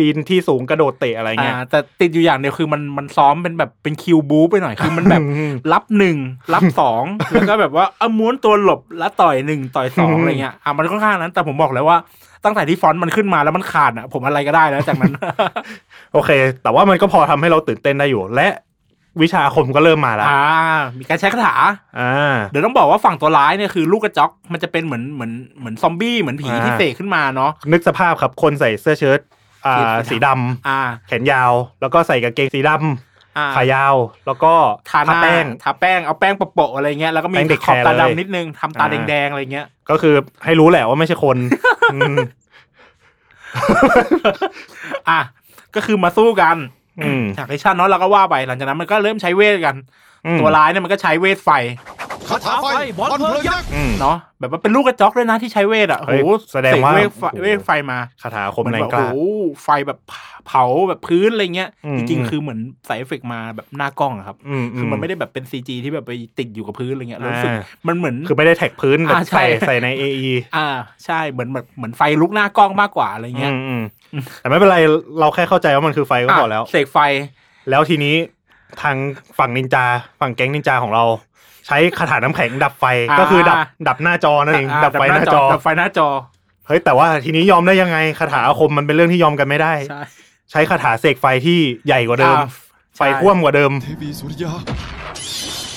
ปีนที่สูงกระโดดเตะอะไรเงี้ย
อ่าแต่ติดอยู่อย่างเดียวคือมันมันซ้อมเป็นแบบเป็นคิวบู๊ไปหน่อยคือมันแบบ
อืม
รับหนึ่งรับส
[laughs]
อง แล้วก็แบบว่าเอาม้วนตัวหลบแล้วต่อยหนึ่งต่อยสอง
อืม
อะไรเงี้ยอ่ะมันค่อนข้างนั้น แต่ผมบอกเลยว่าตั้งแต่ที่ฟอนต์มันขึ้นมาแล้วมันขาดอ่ะ ผมอะไรก็ได้แล้ว
[laughs]
จากนั้น
โอเค แต่ว่ามันก็พอทำให้เราตื่นเต้นได้อยู่ และวิชาอาคมก็เริ่มมาแล้ว
อ่า มีการใช้คาถา
อ่า
เดี๋ยวต้องบอกว่าฝั่งตัวร้ายเนี่ยคือลูกกระจอกมันจะเป็นเหมือนเหมือนเหมือนซอมบี้เหมือนผีที่
อ่า
เสกขึ้นมาเนาะ
นึกสภาพครับคนใส่เสื้อเชิ้ตอ่า
สี
สี
ดำ
ดำ
อ่า
แขนยาว แล้วก็ใส่กางเกงสีดำ
อ่า
ขายาวแล้วก็
ทาหน้า
แป้ง
ทาแป้งเอาแป้งโปะๆอะไรเงี้ยแล้วก็มี
แป้งเด็ก
ขอบ
แคร์
ตา
เลย
ดำนิดนึงทำตา
อ่า
แดงๆอะไรเงี้ย
ก็คือให้รู้แหละว่าไม่ใช่ค
[laughs]
นอืม
อ่ะก็คือมาสู้กัน
อืม
ฉากไอชั่นเนาะเราก็ว่าไปหลังจากนั้นมันก็เริ่มใช้เวทกัน
อืม
ตัวร้ายเนี่ยมันก็ใช้เวทไฟ
คาถาไฟบอลเพลิงยักษ์
อืม
เนาะแบบว่าเป็นลูกกระจอกด้วยนะที่ใช้เวทอ่ะ
เฮ้
โอ้
ย
โห
แสดงว่า
เเวทไฟ
โอ้โห
เวทไฟมา
คาถาอาคม
เหมื
แร
อนแบ
งก
บโอ้
ล้า
โหไฟแบบเผาแบบพื้นอะไรเงี้ย
อืม
จริงๆคือเหมือนใส่เอฟเฟกต์มาแบบหน้ากล้องอะครับ
อืม
คือมันไม่ได้แบบเป็นซีจีที่แบบไปติดอยู่กับพื้นอะไรเงี้ยเรารู้สึก
อ่า
มันเหมือน
คือไม่ได้แท็กพื้นแบบ
อ่าใช่
ใส่ใส่ใน AE
อ่าใช่เหมือนแบบเหมือนไฟลุกหน้ากล้องมากกว่าอะไร
อื
เงี้ย
มอืมแต่ไม่เป็นไรเราแค่เข้าใจว่ามันคือไฟก็พอแล้ว
ะเสกไฟ
แล้วทีนี้ทางฝั่งนินจา ฝั่งแก๊งนินจาของเรา ใช้คาถาน้ำแข็งดับไฟ
อ่า
ก็คือดับดับหน้าจอนั่นเอง
อ่ะ
ดับไฟหน้าจอ
ดับไฟหน้าจอ
เฮ้ยแต่ว่าทีนี้ยอมได้ยังไงคาถาอาคมมันเป็นเรื่องที่ยอมกันไม่ได้
ใช่
ใช้คาถาเสกไฟที่ใหญ่กว่าเดิม
อ่ะ
ไฟท่วมกว่าเดิม
เทวีสุริยา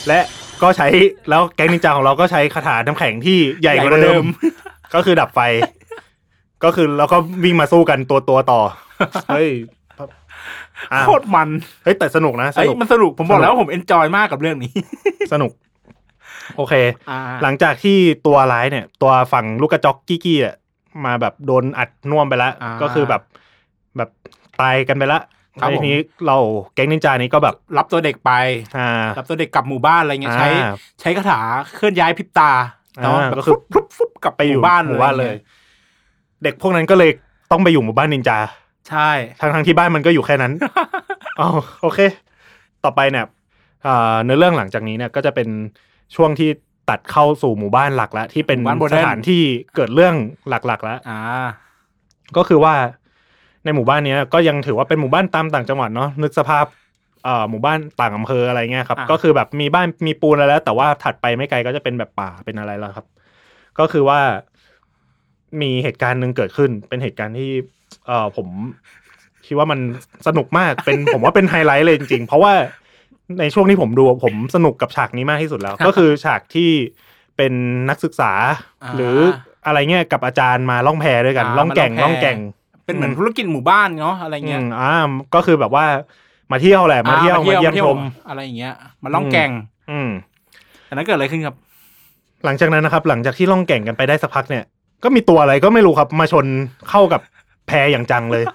และก็ใช้แล้วแก๊งนินจาของเราก็ใช้คาถาน้ำแข็งที่ใหญ่กว่าเดิม [laughs] ก็คือดับไฟ ก็คือแล้วก็วิ่งมาสู้กันตัวตัวๆต่อ เฮ้ยอ่ะ
โคตรมัน
เฮ้ยแต่สนุกนะส
เอ้ย
นุก
มันสนุกผมบอ
สนุ
ก
ก
แล้ววาผมเอนจอยมากกับเรื่องนี้
สนุก โอเค
อ่า
หลังจากที่ตัวร้ายเนี่ย ตัวฝั่งลูกกระจอกกี้กี้อ่ะมาแบบโดนอัดน่วมไปแล้ว
อ่า
ก็คือแบบแบบตายกันไปแล้ว
ครับผม
ทีนี้เราแก๊งนินจานี้ก็แบบ
รับตัวเด็กไป
อ่า
รับตัวเด็กกลับหมู่บ้านอะไรเงี้ย
อ่า
ใช้ใช้คาถาเคลื่อนย้ายพริบตาเนาะ
อ่า
แบบ
ก็คือ
ฟลุ๊บฟลุ๊บฟลุ๊บกลับไป
ไป
อ
อยู่ยู่
บ้าน
หมู่บ้านเลย
อะไรงี้
เด็กพวกนั้นก็เลยต้องไปอยู่หมู่บ้านนินจา
ใช่
ทั้งทงๆที่บ้านมันก็อยู่แค่ [laughs] นั้น อ๋อโอเค ต่อไปเนี่ยเอ่อเนื้อเรื่องหลังจากนี้เนี่ยก็จะเป็นช่วงที่ตัดเข้าสู่หมู่บ้านหลักแล้วที่เป็นสถานที่เกิดเรื่องหลักๆแล้ว
อ่า
ก็คือว่าในหมู่บ้านเนี้ยก็ยังถือว่าเป็นหมู่บ้านตามต่างจังหวัดเนาะนึกสภาพเอ่อหมู่บ้านต่างอำเภออะไรเงี้ยครับ
อ่า
ก็คือแบบมีบ้านมีปูนอะไรแล้ว แต่ว่าถัดไปไม่ไกลก็จะเป็นแบบป่าเป็นอะไรแล้วครับ ก็คือว่ามีเหตุการณ์หนึ่งเกิดขึ้น เป็นเหตุการณ์ที่เอ่อผมคิดว่ามันสนุกมากเป็น [laughs] ผมว่าเป็นไฮไลท์เลยจริงๆ เพราะว่าในช่วงที่ผมดูอะผมสนุกกับฉากนี้มากที่สุดแล้ว ก็คือฉากที่เป็นนักศึกษา
อ่า
หรืออะไรเงี้ยกับอาจารย์มาล่องแพด้วยกัน ล่องแก่งล่องแก่ง
เป็นเหมือน
อืม
ธุรกิจหมู่บ้านเนาะอะไรเงี้ย
อืมอ่าก็คือแบบว่ามาเที่ยวแหละมาเที่ยว
อ่
มาเยี่ยมชม
อะไรอย่างเงี้ยมาล่อง
อืม
แก่ง
อืม
แต่นั้นเกิดอะไรขึ้นครับ
หลังจากนั้นนะครับ หลังจากที่ล่องแก่งกันไปได้สักพักเนี่ย ก็มีตัวอะไรก็ไม่รู้ครับมาชนเข้ากับแพอย่างจังเลย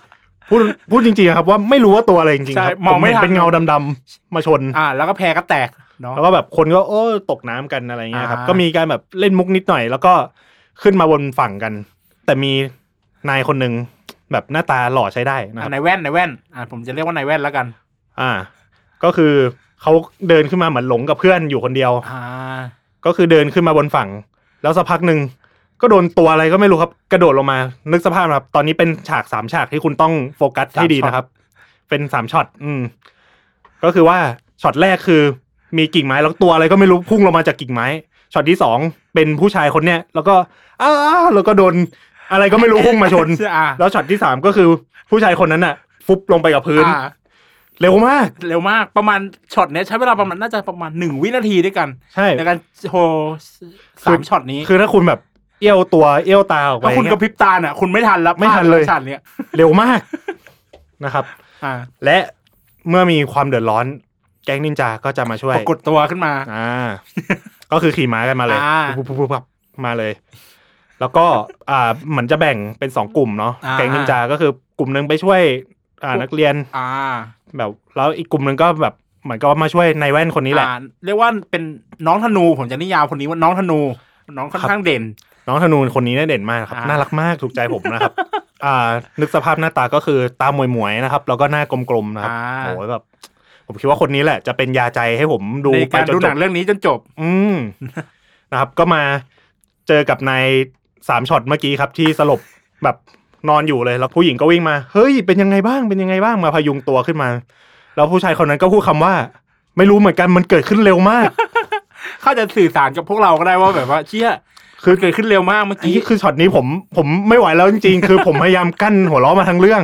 [laughs] พูดพูดจริงๆครับว่าไม่รู้ว่าตัวอะไรจริงๆครับ
ใช่มอง
ผ
ไม่
เห็
ทัน
เป็นเงาดำๆมาชน
อ่า แล้วก็แพก็แตกเนาะ
แล้วก็แบบคนก็โอ้ตกน้ำกันอะไรเงี้ยครับ
อ่า
ก็มีการแบบเล่นมุกนิดหน่อย แล้วก็ขึ้นมาบนฝั่งกัน แต่มีนายคนหนึ่งแบบหน้าตาหล่อใช้ได้นะค
อ่า
รับ
ในแว่นในแว่นอ่าผมจะเรียกว่าในแว่นแล้วกัน
อ่า ก็คือเขาเดินขึ้นมาเหมือนหลงกับเพื่อนอยู่คนเดียว
อ่า
ก็คือเดินขึ้นมาบนฝั่ง แล้วสักพักหนึ่งก็โดนตัวอะไรก็ไม่รู้ครับ กระโดดลงมา นึกสภาพนะครับ ตอนนี้เป็นฉากสามฉากที่คุณต้องโฟกัสให้ดีนะครับ เป็นสามช็อตอืม ก็คือว่าช็อตแรกคือ มีกิ่งไม้แล้วตัวอะไรก็ไม่รู้พุ่งลงมาจากกิ่งไม้ช็อตที่สองเป็นผู้ชายคนเนี้ยแล้วก็อ้าวแล้วก็โดนอะไรก็ไม่รู้พุ่งมา [laughs] ชน
อ่า
แล้วช็อตที่สามก็คือผู้ชายคนนั้นน่ะ ฟุบลงไปกับพื้น
อ่า
เร็วมาก
เร็วมากประมาณช็อตเนี้ยใช้เวลาประมาณน่าจะประมาณหนึ่งวินาทีด้วยกัน
ใช่
ในการโชว์
คื
สา
อ
มช็อตนี้
คือถ้าคุณแบบเอี้ยวตัวเอี้ยวตาออกไป
ถ้าคุณ
เงี้
ก
ย
ระพริบตาเนี่ยคุณไม่ทันแล้ว
ไม่ทันเลย
พาดฉันเนี่ย
เร็วมากนะครับ
อ่า
และเมื่อมีความเดือดร้อน แก๊งนินจาก็จะมาช่วย
ปรากฏตัวขึ้นมา
อ่า ก็คือขี่ม้ากันมาเลย
อ่า
ปุ๊บปุ๊บปุ๊บปุ๊บมาเลย แล้วก็ อ่าเหมือนจะแบ่งเป็นสองกลุ่มเนาะ
อ่า
แก๊งนินจาก็คือกลุ่มหนึ่งไปช่วย อ่านักเรียน
อ่า
แบบ แล้วอีกกลุ่มหนึ่งก็แบบเหมือนก็มาช่วยนายแว่นคนนี้แหละ
อ่าเรียกว่าเป็นน้องธนูผมจะนิยามคนนี้ว่าน้องธนู น้องค่อนข้างเด่น
น้องธนูคนนี้เนี่ยเด่นมากครับ
อ่า
น่ารักมากถูกใจผมนะครับ อ่า นึกสภาพหน้าตาก็คือตาหมวยๆนะครับ แล้วก็หน้ากลมๆนะครับ
อ่า
โอ้ยแบบ ผมคิดว่าคนนี้แหละ จะเป็นยาใจให้ผมดู
ใน
ไป
การ
จน
ดู
จ
หนั
บ
งเรื่องนี้จนจบ
อืม นะครับ ก็มาเจอกับนายสามช็อตเมื่อกี้ครับ ที่สลบแบบนอนอยู่เลยแล้วผู้หญิงก็วิ่งมาเฮ้ยเป็นยังไงบ้างเป็นยังไงบ้างมาพยุงตัวขึ้นมา แล้วผู้ชายคนนั้นก็พูดคำว่า ไม่รู้เหมือนกันมันเกิดขึ้นเร็วมาก
เขาจะสื่อสารกับพวกเราก็ได้ว่าแบบว่าเชี่ย
คื
คือ อเกิดขึ้นเร็วมากเมื่อ
อัน
กี้
นี้คือช็อตนี้ผมผมไม่ไหวแล้วจริงๆ คือผมพยายามกั้นหัวเราะมาทั้งเรื่อง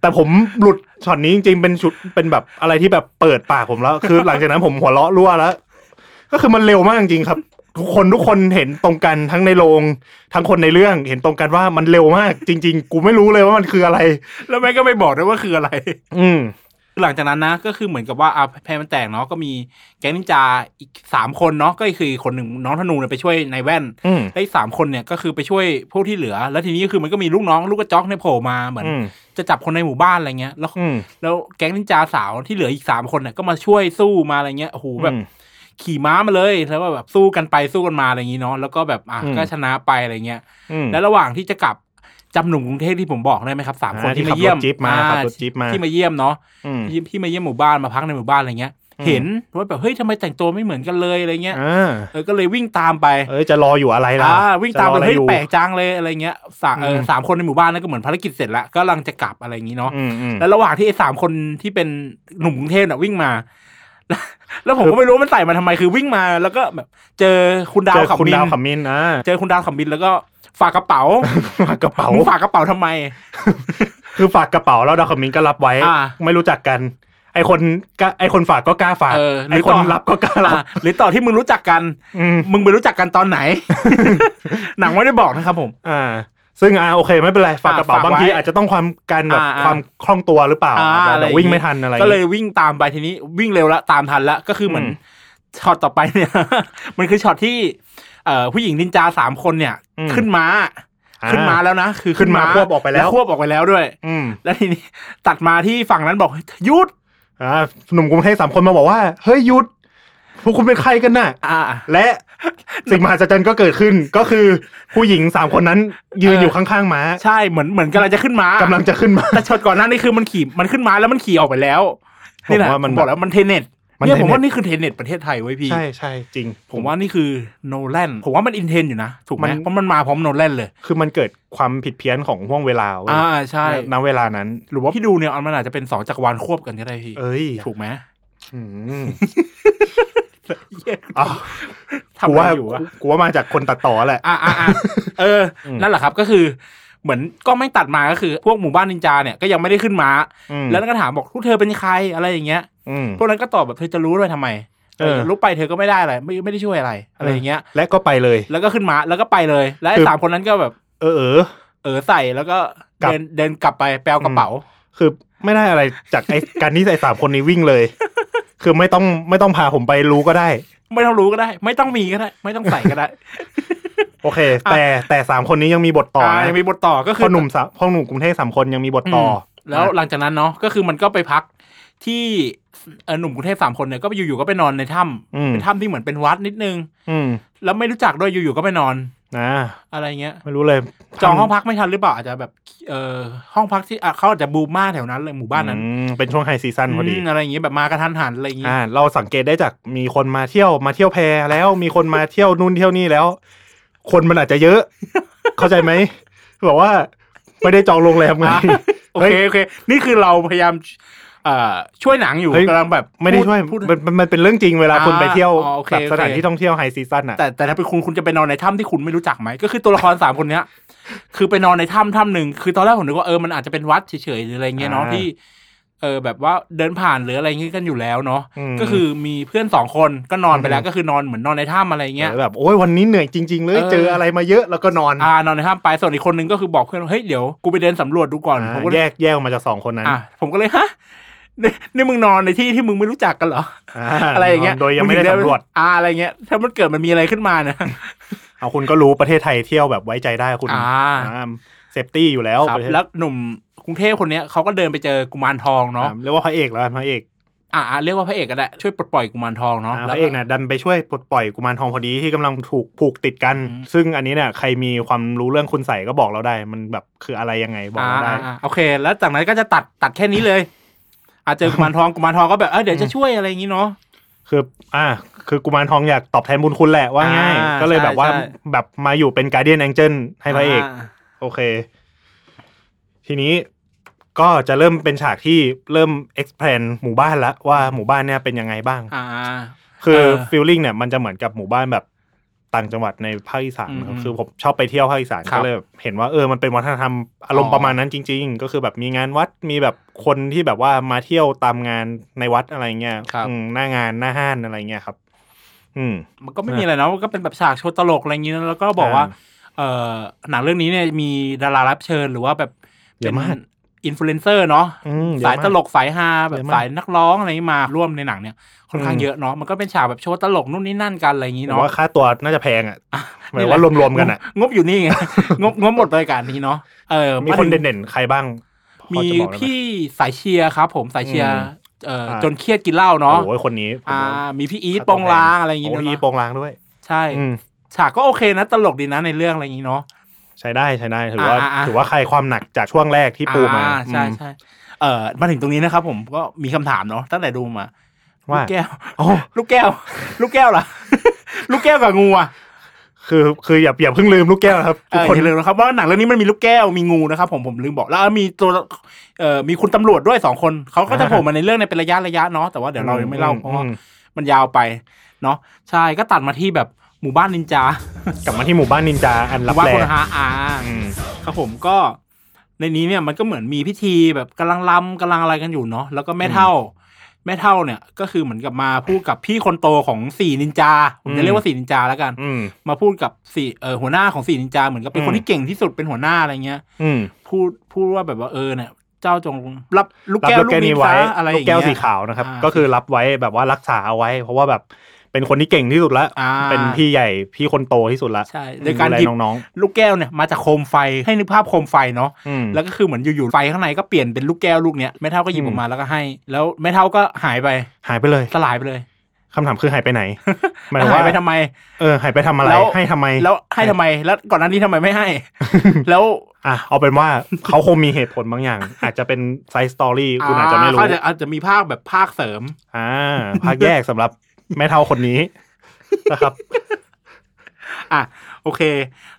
แต่ผมหลุดช็อตนี้จริงๆเป็นชุดเป็นแบบอะไรที่แบบเปิดปากผมแล้ว คือหลังจากนั้นผมหัวเราะรั่วแล้ว ก็คือมันเร็วมากจริงๆครับ ทุกคนทุกคนเห็นตรงกันทั้งในโรงทั้งคนในเรื่องเห็นตรงกันว่ามันเร็วมาก จริง ๆ กูไม่รู้เลยว่ามันคืออะไร
แล้วแม่งก็ไม่บอกด้วยว่าคืออะไร [laughs]
อืม
หลังจากนั้นนะก็คือเหมือนกับว่าอาแพรมันแตกเนาะก็มีแก๊งนินจาอีกสามคนเนาะก็คือคนหนึ่งน้องธนูเนี่ยไปช่วยนายแว่น
อืม
ได้สามคนเนี่ยก็คือไปช่วยพวกที่เหลือ แล้วทีนี้ก็คือมันก็มีลูกน้องลูกกระจอกเนี่ยโผล่มาเหมือน
อืม
จะจับคนในหมู่บ้านอะไรเงี้ย แล้ว
อืม
แล้วแก๊งนินจาสาวที่เหลืออีกสามคนเนี่ยก็มาช่วยสู้มาอะไรเงี้ยโอ้โหแบบ
อืม
ขี่ม้ามาเลยแล้วก็แบบสู้กันไปสู้กันมาอะไรอย่างงี้เนาะแล้วก็แบบอ่ะ
อืม
ก็ชนะไปอะไรเงี้ย
อืม
แล้วระหว่างที่จะกลับจำหนุ่มกรุงเทพที่ผมบอกได้ไหมครับสามคน
อ่า
ที่
ที่ขั
มา
บ
เยี่ย
รถจี๊ป
ม
มา
อ่
ขับรถจี๊ปมา
ที่มาเยี่ยมเนาะ
อืม
ที่ที่มาเยี่ยมหมู่บ้านมาพักในหมู่บ้านอะไรเงี้ย
อืม
เห็นว่าแบบเฮ้ยทำไมแต่งตัวไม่เหมือนกันเลยอะไรเงี้ย
อ่า
เออก็เลยวิ่งตามไป
เอ้ยจะรออยู่อะไรล่ะ
อ่าวิ่งตามไป
จะรออะไร
เฮ้ย
อยู่
แปลกจังเลยอะไรเงี้ยสามเอออ
ม
สามคนในหมู่บ้านนั่นก็เหมือนภารกิจเสร็จแล้วก็กำลังจะกลับอะไรอย่างนี้เนาะ
อืมอืม
แล้วระหว่างที่ไอ้สามคนที่เป็นหนุ่มกรุงเทพน่ะวิ่งมา [laughs] แล้วแล้วผมก็ไม่รู้ว่ามันใส่มาทำไมคือวิ่งมาแล้วก็แบบ เจอคุณดา
เจ
ว
อ
ขับ
คุณ
บิน
ดาวขำมินอ่า
เจอคุณดาวขับบินแล้วก็ฝากกระเป๋า
ฝากกระเป๋า
มึงฝากกระเป๋าทำไม
คือฝากกระเป๋าแล้วดาวคอมมินก็รับไว้
อ่า
ไม่รู้จักกัน ไอคนก็ไอคนฝากก็กล้าฝาก
เออหรือ
ไอคน
ต่อ
รับก็กล้ารับ
อ่ะหรือต่อที่มึงรู้จักกัน
อืม
มึงไปรู้จักกันตอน
[laughs]
ไหน หนังไม่ได้บอกนะครับผม
อ่า ซึ่งอ่าโอเคไม่เป็นไรฝากกระเป๋า
ฝากไว้
บางทีอาจจะต้องความการแบบ
อ่าอ่า
ความคล่องตัวหรือเปล่า
อ่า
แบบ
อะไรอย่างงี้
วิ่งไม่ทันอะไร
ก็เลยวิ่งตามไปทีนี้วิ่งเร็วละตามทันละก็คือเหมือน ช็อตต่อไปเนี่ย [laughs] มันคือช็อตที่เอ่อผู้หญิงนินจาสามคนเนี่ย
อืม
ขึ้นม้า
อ่
ขึ้นม้าแล้วนะ คือ
ขึ้นม้าควบออกไปแล้ว
ควบออกไปแล้วด้วย
อืม
แล้วทีนี้ตัดมาที่ฝั่งนั้นบอกหยุด
อ่าหนุ่มกรุงเทพสามคนมาบอกว่า เฮ้ยหยุด พวกคุณเป็นใครกันน่ะ
อ่า [laughs]
และสิ่งมหัศจรรย์ก็เกิดขึ้น ก็คือผู้หญิงสามคนนั้น ยืน
เออ
อ
อ
ยู่ข้างๆม้า
ใช่เหมือนเหมือนกำลังจะขึ้นม้าก
ำลังจะขึ้นมา
แต่ช็อตก่อนหน้านี่คือมันขี่มันขึ้นม้าแล้วมันขี่ออกไปแล้วนี่แห
ผ
ละ
มว่ามัน
ผมบอกแล้วมันเทเน็ต
มัน
เนี่ยผม
tenet
ว่านี่คือเทเน็ตประเทศไทยไว้ยพี่
ใช่ใช่จริง
ผมว่านี่คือโนแลนผมว่ามันอินเทนอยู่นะถูกไหม
มัน
เพราะมันมาพร้อมโนแลนเลย
คือมันเกิดความผิดเพี้ยนของห่วงเวลาเว้ย
อ่าใช่
ณเวลานั้น
หรือว่าพี่ดูเนี่ยมันอาจจะเป็นสองจักรวาลควบกันก็ได้พี่
เอ้ย
ถูกไหม
อืม
อ้า
อ้าว ว
ทำ
กู
อะไร
ว่า
อยู่อะ
กูว่ามาจากคนตัดต่อแหละ
อ่ะอ่ะอ่ะเอออ
ม
นั่นแหละครับก็คือ เหมือนก็ไม่ตัดมาก็คือ พวกหมู่บ้านนินจาเนี่ยก็ยังไม่ได้ขึ้นม้า
อืม
แล้วก็ถามบอกพวกเธอเป็นใครอะไรอย่างเงี้ย
อืม
พวกนั้นก็ตอบแบบเธอจะรู้ด้วยทำไม
เออ
เออรู้ไปเธอก็ไม่ได้อะไรไม่ไม่ได้ช่วยอะไรอะไรอย่างเงี้ย
และก็ไปเลย
แล้วก็ขึ้นม้าแล้วก็ไปเลย แล้วไอ้
คือ
สามคนนั้นก็แบบ
เออเออ
เออใส่แล้วก็
กลับ
เดินเดินกลับไปแปลกระเป๋า
คือไม่ได้อะไรจากไอ้ การที่ไอ้สามคนนี้วิ่งเลย คือไม่ต้องไม่ต้องพาผมไปรู้ก็ได้
ไม่ต้องรู้ก็ได้ ไม่ต้องมีก็ได้ ไม่ต้องใส่ก็ได้
โอเค แต่แต่สามคนนี้ยังมีบทต่อนะ
ยังมีบทต่อก็คื
พ่อหนุ่มสามพ่อหนุ่มกรุงเทพสามคนยังมีบทต่อ
มแล้ว
นะ
หลังจากนั้นเนาะก็คือมันก็ไปพักที่เอ่อหนุ่มกรุงเทพสามคนเนี่ยก็ไปอยู่ๆก็ไปนอนในถ้
อื
ำ
ม
เป็นถ้ำที่เหมือนเป็นวัดนิดนึง
อืม
แล้วไม่รู้จักด้วยอยู่ๆก็ไปนอน
นะ
อะไรเงี้ย
ไม่รู้เลย
จองห้องพักไม่ทันหรือเปล่าอาจจะแบบเอ่อห้องพักที่อ่ะเขาอาจจะบูมมากแถวนั้นเลยหมู่บ้านนั้น
อืมเป็นช่วงไฮซีซั่นพอดี
มอะไรอย่างเงี้ยแบบมากระทันหันอะไรอย่างเงี้ย
อ่า เราสังเกตได้จากมีคนมาเที่ยวมาเที่ยวแพรแล้วมีคนมาเที่ยวนู่นเที่ยวนี่แล้ว คนมันอาจจะเย
[laughs]
อะ เข้าใจไหมแบบว่าไม่ได้จองโรงแรมไง
อ่ะโอเคโอเค นี่คือเราพยายามเอ่อช่วยหนังอยู่
เฮ้ย
กำลังแบบ
ไม่ได้
พู
ช่วย
พูด
มันมันมันเป็นเรื่องจริงเวลา
อ่า
คุณไปเที่ยว
อ๋อโอเค
แบบสถาน
โอเค
ที่ท่องเที่ยวไฮซีซั่นอ่ะ
แต่แต่ถ้าเป็นคุณคุณจะไปนอนในถ้ำที่คุณไม่รู้จักไหมก็คือตัวละครสามคนเนี้ย คือไปนอนในถ้ำถ้ำหนึ่งคือตอนแรกผมนึกว่าเออมันอาจจะเป็นวัดเฉยๆหรืออะไรเงี้ยเนาะ
อ่า
ที่ เออแบบว่าเดินผ่านหรืออะไรเงี้ยกันอยู่แล้วเนาะ
อืม
ก็คือมีเพื่อนสองคนก็นอนไปแล้ว
อืม
ก็คือนอนเหมือนนอนในถ้ำอะไรเงี้ย
เออแบบโอ้ยวันนี้เหนื่อยจริง ๆ เลย
เออ
เจออะไรมาเยอะแล้วก็นอน
อ่านอนในถ้ำไปส่วนอีกคนนึงก็คือบอกเพื่อนว่าเฮ้ยเดี๋ยวกูไปเดินสำรวจดูก่อน
อ่า
ผมก็เล
แย
ย
กแยกออกมาจากสองคนนั้น
อ่ะผมก็เลยฮะนี่นี่มึงนอนในที่ที่มึงไม่รู้จักกันเหรอ
อ่า
อะไรอย่างเงี้ย
โดยยังไม่ได้สำรวจ
อ่าอะไรเงี้ย ถ้ามันเกิดมันมีอะไรขึ้นมานะ
เอาคุณก็รู้ประเทศไทยเที่ยวแบบไว้ใจได้คุณ
อ่า
เซฟตี้อยู่แล้ว
ครับ
ประเทศ
แล้วหนุ่มกรุงเทพคนเนี้ยเขาก็เดินไปเจอกุมารทองเนาะ
เรียกว่าพระเอกแล้วกันพระเอก
อ่าเรียกว่าพระเอกก็ได้ช่วยปลดปล่อยกุมารทองเนาะ
อ่าพ
แล้ว
ระเอกเนี่ยดันไปช่วยปลดปล่อยกุมารทองพอดีที่กำลังถูกผูกติดกัน ซึ่งอันนี้เนี่ยใครมีความรู้เรื่องคุณใส่ก็บอกเราได้ มันแบบคืออะไรยังไงบอก
อ่า
เราได้
อ่าอ่าโอเค แล้วจากนั้นก็จะตัดตัดแค่นี้เลยอาเจอกุมารทองกุมารทองก็แบบเออเดี๋ยวจะช่วยอะไรอย่างนี้เนาะ
คืออ่าคือกุมารทองอยากตอบแทนบุญคุณแหละว่าง่าย
อ่า
ก็เลยแบบว่า
ใช่ใช่
แบบมาอยู่เป็นการเดียนแองเจิลให้พระเอก
า
โอเค ทีนี้ก็จะเริ่มเป็นฉากที่เริ่ม expand หมู่บ้านละว่าหมู่บ้านเนี่ยเป็นยังไงบ้าง
อ่า
คือ
เออ
ฟิลลิ่งเนี่ยมันจะเหมือนกับหมู่บ้านแบบต่างจังหวัดในภาคอีสานนะครับ
อืม
คือผมชอบไปเที่ยวภาคอีสาน
ครับ
ก็เลยแบบเห็นว่าเออมันเป็นวัฒนธรรมอารม
อ๋
ณ์
อ
ประมาณนั้นจริง ๆ ก็คือแบบมีงานวัดมีแบบคนที่แบบว่ามาเที่ยวตามงานในวัดอะไรเงี้ยอืมหน้างานหน้าห้านอะไรเงี้ยครับ อืม
มันก็ไม่มีอะไรเนาะมันก็เป็นแบบฉากโชว์ตลกอะไรอย่างนี้นะแล้วก็บอกว่า เอ่อหนังเรื่องนี้เนี่ยมีดารารับเชิญหรือว่าแบบ
เยอะมาก
อินฟลูเอนเซอร์เนาะ
อืม
สายตลกสายฮาแบ
เย
บ
อะมาก
สายนักร้องอะไรมาร่วมในหนังเนี่ยค่อนข้างเยอะเนาะมันก็เป็นฉากแบบโชว์ตลกนู่นนี่นั่นกันอะไรอย่างนี้
ผม
เนาะ
ว่าค่าตัวน่าจะแพงอ่ะหมาย
นี่แห
ว่า
ละ
รวมๆกันอ่ะ
งบอยู่นี่ไง [laughs] งบงบหมดรายการนี้เนาะเออ
มีคน
มาถึง
เด่นๆ ใครบ้างพอ
มี
จะบอกได้ไห
พี่สายเชียร์ครับ ผมสายเชียร์
อืม
เอ่ออา จนเครียดกินเหล้าเนาะ
โอ้ยคนนี้ผม
อ่า
ว่า
มีพี่อีทโปองลางอะไรอย่างงี้
โอ้ย
เนาะ
อีโปงลางด้วย
ใช่
อืม
ฉากก็โอเคนะตลกดีนะในเรื่องอะไรอย่างงี้เนาะ
ใช้ได้ใช้ได้ถือว่า
อ่าอ่า
ถือว่าใครความหนักจากช่วงแรกที่ปูมา
อ่ใช่
อืม
ใช่เอ่อมาถึงตรงนี้นะครับผมก็มีคำถามเนาะตั้งแต่ดูมา
ว่า
ลูกแก้ว
โอ้
ลูกแก้ว ลูกแก้วล่ะ [laughs] ลูกแก้วกับงูอ่ะ
คือคืออย่าอย่าเพิ่งลืมลูกแก้วนะครับ
ทุ
ทุ
ก
ก
ค
คน น
อย่าลืมนะครับว่าหนังเรื่องนี้มันมีลูกแก้วมีงูนะครับผมผมลืมบอกแล้วมีตัวเอ่อมีคุณตำรวจด้วยสองคนเขาก็จะโผล่มาในเรื่องในเป็นระยะระยะเนาะแต่ว่าเดี๋ยวเรายังไม่เล่าเพราะว่า
อืม
มันยาวไปเนาะใช่ก็ตัดมาที่แบบหมู่บ้านนินจาก
ลับมาที่หมู่บ้านนินจาอัน
ห
รับ
มู่บ้าน
แร
คน
ง
ฮาอา
อืม
ครับผมก็ในนี้เนี่ยมันก็เหมือนมีพิธีแบบกำลังลํกำลังอะไรกันอยู่เนาะแล้วก็แม่เท่า แม่เท่าเนี่ยก็คือเหมือนกับมาพูดกับพี่คนโตของสี่นินจาผมจะเรียกว่าสี่นินจาแล้วกัน
อืม
มาพูดกับสี่เออหัวหน้าของสี่นินจาเหมือนกับเป็นคน
อืม
ที่เก่งที่สุดเป็นหัวหน้าอะไรเงี้ย
อืม
พูดพูดว่าแบบว่าเออเนี่ยเจ้าจงรับลูก
รับ
แก้ว
ลูก
ลูก
แก้ว
นี้
นี้ไว้
ซะอะไรอ
ลู
ย่าก ง
แก้
เงี้
วย สีขาวนะครับ
อ่า
ก็คือรับไว้แบบว่ารักษาเอาไว้ เพราะว่าแบบ เป็นคนที่เก่งที่สุดละ
อ่า
เป็นพี่ใหญ่พี่คนโตที่สุดละ
ใช่โดยการ
ดูแล
หยิบ
น้อง
ลูกแก้วเนี่ยมาจากโคมไฟให้นึกภาพโคมไฟเนาะ
ๆอืม
แล้วก็คือเหมือนอยู่ๆไฟข้างในก็เปลี่ยนเป็นลูกแก้วลูกเนี้ยแม่เท่าก็หยิบ
อืม
ออกมาแล้วก็ให้ แล้วแม่เท่าก็หายไป
หายไปเลย
สลายไปเลย
คำถามคือหายไปไห
[laughs]
นหมายถึง
หา
ว่าย
ไปทำไม
เออหายไปทำอะไร
แล้ว
ให้ทำไม
แล้วให้ทำไมแล้วก่อนหน้านี้ทำไมไม่ให้ แล้ว
อ่ะเอาเป็นว่า เขาคงมีเหตุผลบางอย่าง อาจจะเป็นไซส์สตอรี่คุณอาจจะไม่รู้
เขาอาจจะมีภาคแบบภาคเสริม
อ่าภาคแยกสำหรับแม่เท่าคนนี้นะครับ
อ่ะโอเค